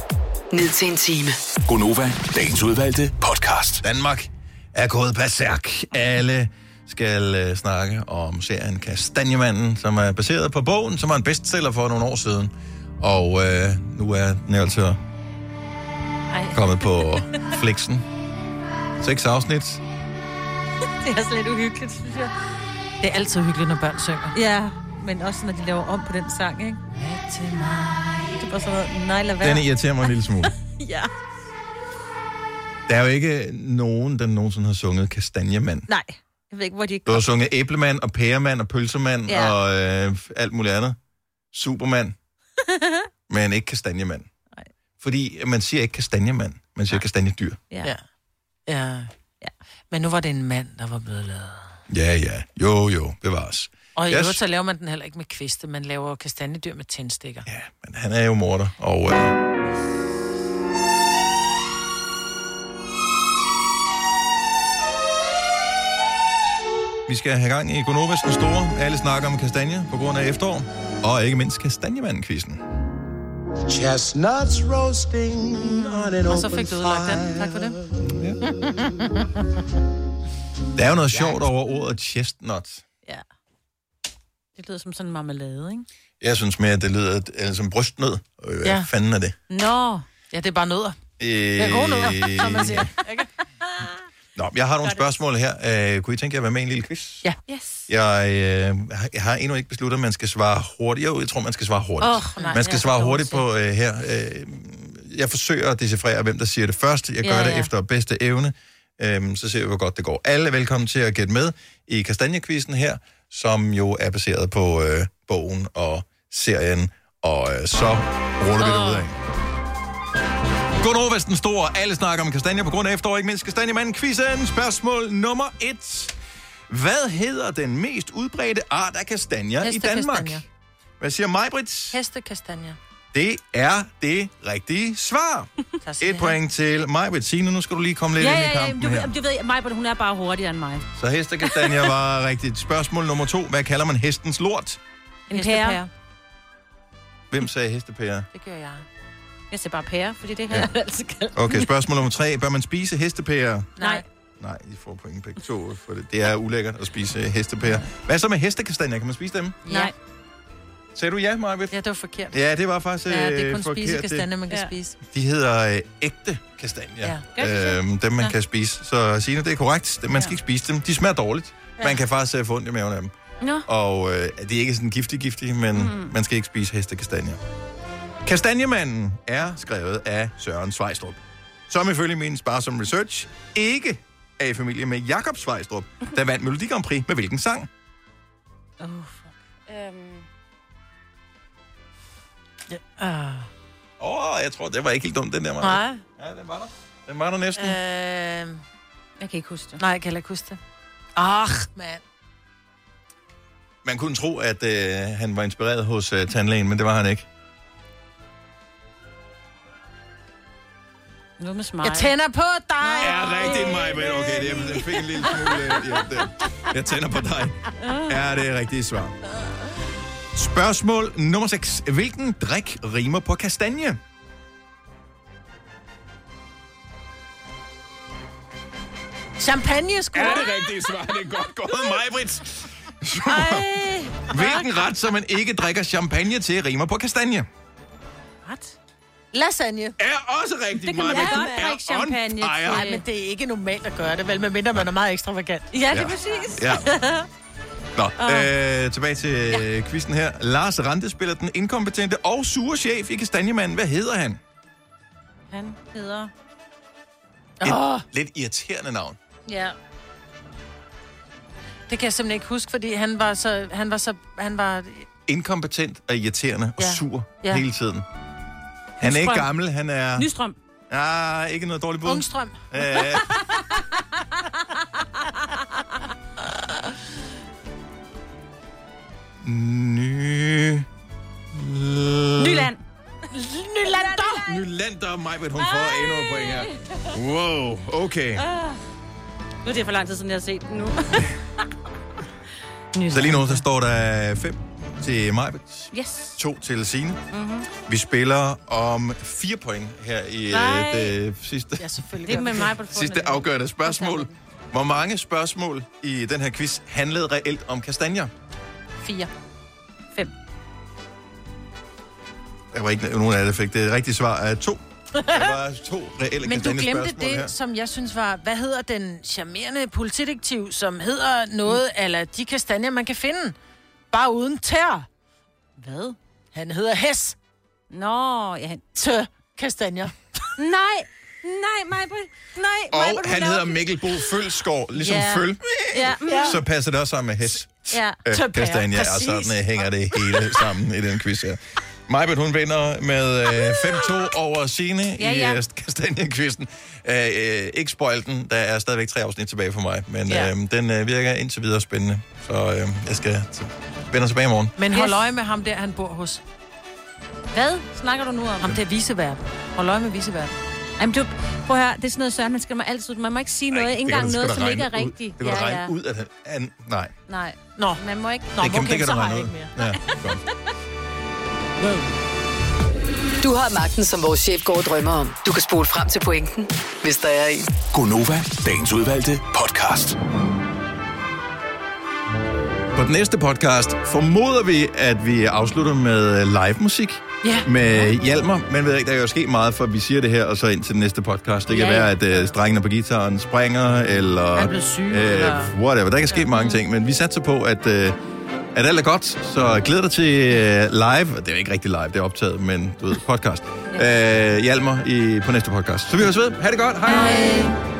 D: ned til en time.
A: Gonova, dagens udvalgte podcast. Danmark er gået berserk. Alle skal øh, snakke om serien Kastanjemanden, som er baseret på bogen, som var en bestseller for nogle år siden. Og øh, nu er den altså kommet på Flixen. Seks afsnit.
C: *laughs* Det er også lidt uhyggeligt, synes jeg.
B: Det er altid hyggeligt, når børn synger.
C: Ja, men også når de laver om på den sang, ikke? Ja, til mig. Det var sådan noget, nej, lad være.
A: Den irriterer mig en lille smule.
C: *laughs* ja.
A: Der er jo ikke nogen, der nogensinde har sunget Kastanjemand.
C: Nej, jeg ved ikke, hvor de
A: Du har sunget æblemand og pæremand og pølsemand
C: Ja.
A: ja. og øh, alt muligt andet. Supermand, men ikke kastanjemand. Fordi man siger ikke kastanjemand, man siger kastanjedyr.
C: Ja.
B: ja. Ja. Men nu var det en mand, der var blevet lavet.
A: Ja, ja. Jo, jo. Bevares.
B: Og i
A: Jeg
B: øvrigt,
A: s-
B: så laver man den heller ikke med kviste. Man laver kastanjedyr med tændstikker.
A: Ja. Men han er jo morder, og... Øh, vi skal have gang i Gonovas den store. Alle snakker om kastanje på grund af efterår. Og ikke mindst kastanjemanden-quizzen.
H: Chestnuts roasting on an
B: Og så fik du udlagt den. Tak for det.
A: Der er jo noget sjovt over ordet chestnut.
C: *laughs* Ja. Det lyder som sådan en marmelade, ikke?
A: Jeg synes mere, at det lyder øh, som brystnød. Øh, Hvad
B: Ja.
A: ja. fanden er det?
B: Nå. Ja, det er bare nødder.
A: Øh,
B: Det er gode
A: *laughs*
B: nødder, som man siger. Ikke?
A: Nå, jeg har nogle spørgsmål her. Øh, kunne I tænke jer at være med i en lille quiz?
B: Ja. Yes.
A: Jeg, øh, har- jeg har endnu ikke besluttet, om man skal svare hurtigt. Jo, jeg tror, man skal svare hurtigt.
B: Åh, nej,
A: man skal
B: jeg
A: svare
B: er
A: hurtigt på øh, her. Øh, jeg forsøger at decifrere, hvem der siger det først. Jeg gør
E: Ja,
A: ja, ja.
E: ja.
A: det efter bedste evne. Øhm, så ser vi, hvor godt det går. Alle er velkommen til at gætte med i Kastanjekvisten her, som jo er baseret på øh, bogen og serien. Og øh, så ruller vi det ud af. Godnova den store. Alle snakker om kastanje på grund af efterår, ikke mindst kastanjemanden. Quizzen. Spørgsmål nummer et. Hvad hedder den mest udbredte art af kastanjer i Danmark?
B: Hestekastanjer.
A: Hvad siger Majbrit?
B: Hestekastanjer.
A: Det er det rigtige
C: *laughs*
A: svar. Et point til Majbrit. Signe, nu skal du lige komme lidt
C: ja,
A: ind i
C: ja, ja,
A: kampen
C: du,
A: her.
C: du ved, Majbert, hun er bare hurtigere end mig.
A: Så hestekastanjer
C: *laughs*
A: var rigtigt. Spørgsmål nummer to. Hvad kalder man hestens lort?
C: En pære.
A: Hvem sagde hestepære?
B: Det gør jeg.
C: Jeg *laughs* siger bare pære, fordi det her ja. er altid kaldt.
A: Okay, spørgsmål nummer tre. Bør man spise hestepære?
C: Nej.
A: Nej, I får point begge to, for det, det er ulækkert at spise øh, hestepærer. Hvad så med hestekastanjer? Kan man spise dem?
B: Nej.
A: Sagde du ja, Marvitt?
B: Ja, det var forkert.
A: Ja, det var faktisk øh,
B: Ja, det er kun
A: forkert.
B: spisekastanjer, man kan ja. spise.
A: De hedder øh, ægte kastanjer.
B: Ja.
A: Ja. Øhm, dem, man
B: Ja.
A: ja. kan spise. Så Signe, det er korrekt. Man skal ja. ikke spise dem. De smager dårligt.
B: Ja.
A: Ja. Man kan faktisk øh, få ondt i maven af dem.
C: Nå.
A: Og øh, de er ikke sådan giftig-giftige, men
C: Mm.
A: mm. man skal ikke spise hestekastanjer. Kastanjemanden er skrevet af Søren Svejstrup, som ifølge min sparsomme research ikke er i familie med Jakob Svejstrup, der vandt Melodi Grand Prix med hvilken sang?
B: Oh, fuck.
S: Øhm.
B: Ja. Uh.
A: Åh, oh, jeg tror, det var ikke helt dumt, den der, Maja.
B: Nej.
A: Ja, den var der. Den var der næsten.
B: Øh,
C: jeg kan ikke huske det.
B: Nej, jeg kan heller ikke huske det. Ah, Ach, mand.
A: Man kunne tro, at øh, han var inspireret hos øh, tandlægen, men det var han ikke.
C: Noget med smart.
B: Jeg tænder på dig.
A: Ja, rigtigt, Maja. Men okay, det, jeg fik en lille smule øh, hjælp der. Jeg tænder på dig. Er det rigtige svar? Spørgsmål nummer 6. Hvilken drik rimer på kastanje?
B: Champagne skud.
A: Er det rigtigt svar? *laughs* Det er godt gået, Majbrit.
B: Ej.
A: Hvilken ret, som man ikke drikker champagne til, rimer på kastanje?
B: Ret. Lasagne.
A: Er også rigtigt,
B: Det kan man
A: Maja,
B: da
A: men
B: godt
A: du er
B: drikke
A: on
B: champagne
A: fire.
B: Nej, men det er ikke normalt at gøre det, vel, medmindre man er meget ekstravagant. Ja,
A: det er Ja.
B: *laughs*
A: præcis. Ja. Nå, øh, tilbage til ja. quizzen her. Lars Rante spiller den inkompetente og sure chef i Kastanjemanden. Hvad hedder han?
C: Han hedder...
A: Et
B: Åh.
A: lidt irriterende navn.
C: Ja.
B: Det kan jeg simpelthen ikke huske, fordi han var så... Han var så... Han var...
A: Inkompetent og irriterende og
B: Ja.
A: sur
B: Ja.
A: ja. hele tiden. Han er ikke
B: Nystrøm.
A: gammel, han er...
C: Nystrøm.
A: Ah, ikke noget dårligt bud.
B: Ungstrøm.
A: Øh, Ny...
C: Nyland.
B: Nylander.
A: Nylander, mig ved hun får endnu et point her. Wow, okay.
C: Ah. Nu er det for lang tid siden, jeg har set
A: *laughs*
C: den nu.
A: Så lige nu, så står der 5 til Majbet,
C: Yes.
A: 2 til Signe.
C: Mm-hmm.
B: Mhm.
A: Vi spiller om 4 point her i
C: Nej.
A: Nej. det sidste,
B: Ja, selvfølgelig.
C: Det er med mig på det
A: sidste afgørende spørgsmål. Hvor mange spørgsmål i den her quiz handlede reelt om kastanjer?
C: Fire. Fem.
A: Der var ikke nogen af jer, der fik det rigtige svar af to. Der var to reelle
B: *laughs* Men du glemte
A: kastanjespørgsmål
B: det,
A: her.
B: som jeg synes var, hvad hedder den charmerende politidetektiv, som hedder noget, eller de kastanjer, man kan finde, bare uden tær.
C: Hvad?
B: Han hedder Hess.
C: Nå, ja.
B: Tø kastanjer.
C: *laughs* Nej. Nej, Majbrit. Nej,
A: Og
C: Majbrit, hun
A: han
C: laver-
A: hedder Mikkel Bo Følsgaard, ligesom
C: Ja.
A: yeah. Føl.
C: Ja. mm.
A: Yeah. Så passer det også sammen med Hess.
C: Ja.
A: Øh,
C: Tøpære.
A: Kastanje, og
C: Præcis.
A: sådan øh, hænger det hele sammen i den quiz her. Majbet, hun vinder med øh, 5-2 over Signe
C: Ja,
A: ja,
C: ja.
A: ja. i øh, kastanjekvisten. Øh, øh, ikke spoil den, der er stadigvæk tre afsnit tilbage for mig, men
B: Ja.
A: ja. øh, den øh, virker indtil videre spændende, så øh, jeg skal t- vender tilbage i morgen.
B: Men hold øje med ham der, han bor hos.
C: Hvad snakker du nu om?
B: Ham der viseverden. Hold øje med viseverden.
C: Jamen, du, prøv at høre, det er sådan noget, Søren, man skal mig altid, man må ikke sige noget, ikke
A: Det kan
C: engang
A: du sgu
C: noget,
A: da
C: som
A: regne
C: ikke er
A: ud.
C: rigtigt.
A: Det kan ja, regne ud, at han... An, nej.
C: Nej.
B: Nå.
C: Man må ikke...
A: det kan, det kan du regne ud. Ja, godt.
D: Du har magten, som vores chef går og drømmer om. Du kan spole frem til pointen, hvis der er en.
E: Gonova, dagens udvalgte podcast.
A: På den næste podcast formoder vi, at vi afslutter med øh, live musik.
B: Ja.
A: Med Hjalmar, men ved ikke, der er jo sket meget, for vi siger det her, og så ind til den næste podcast. Det kan
B: Ja,
A: ja,
B: ja.
A: være, at uh, strengene på gitaren springer, eller... øh,
B: Er blevet syg, eller-
A: Whatever, der kan ske mange ting, men vi satser på, at, uh, at alt er godt. Så glæder dig til uh, live. Det er jo ikke rigtig live, det er optaget, Øh, men du ved, podcast. Uh, Hjalmar i, på næste podcast. Så vi høres ved. Ha' det godt. Hej. Hej.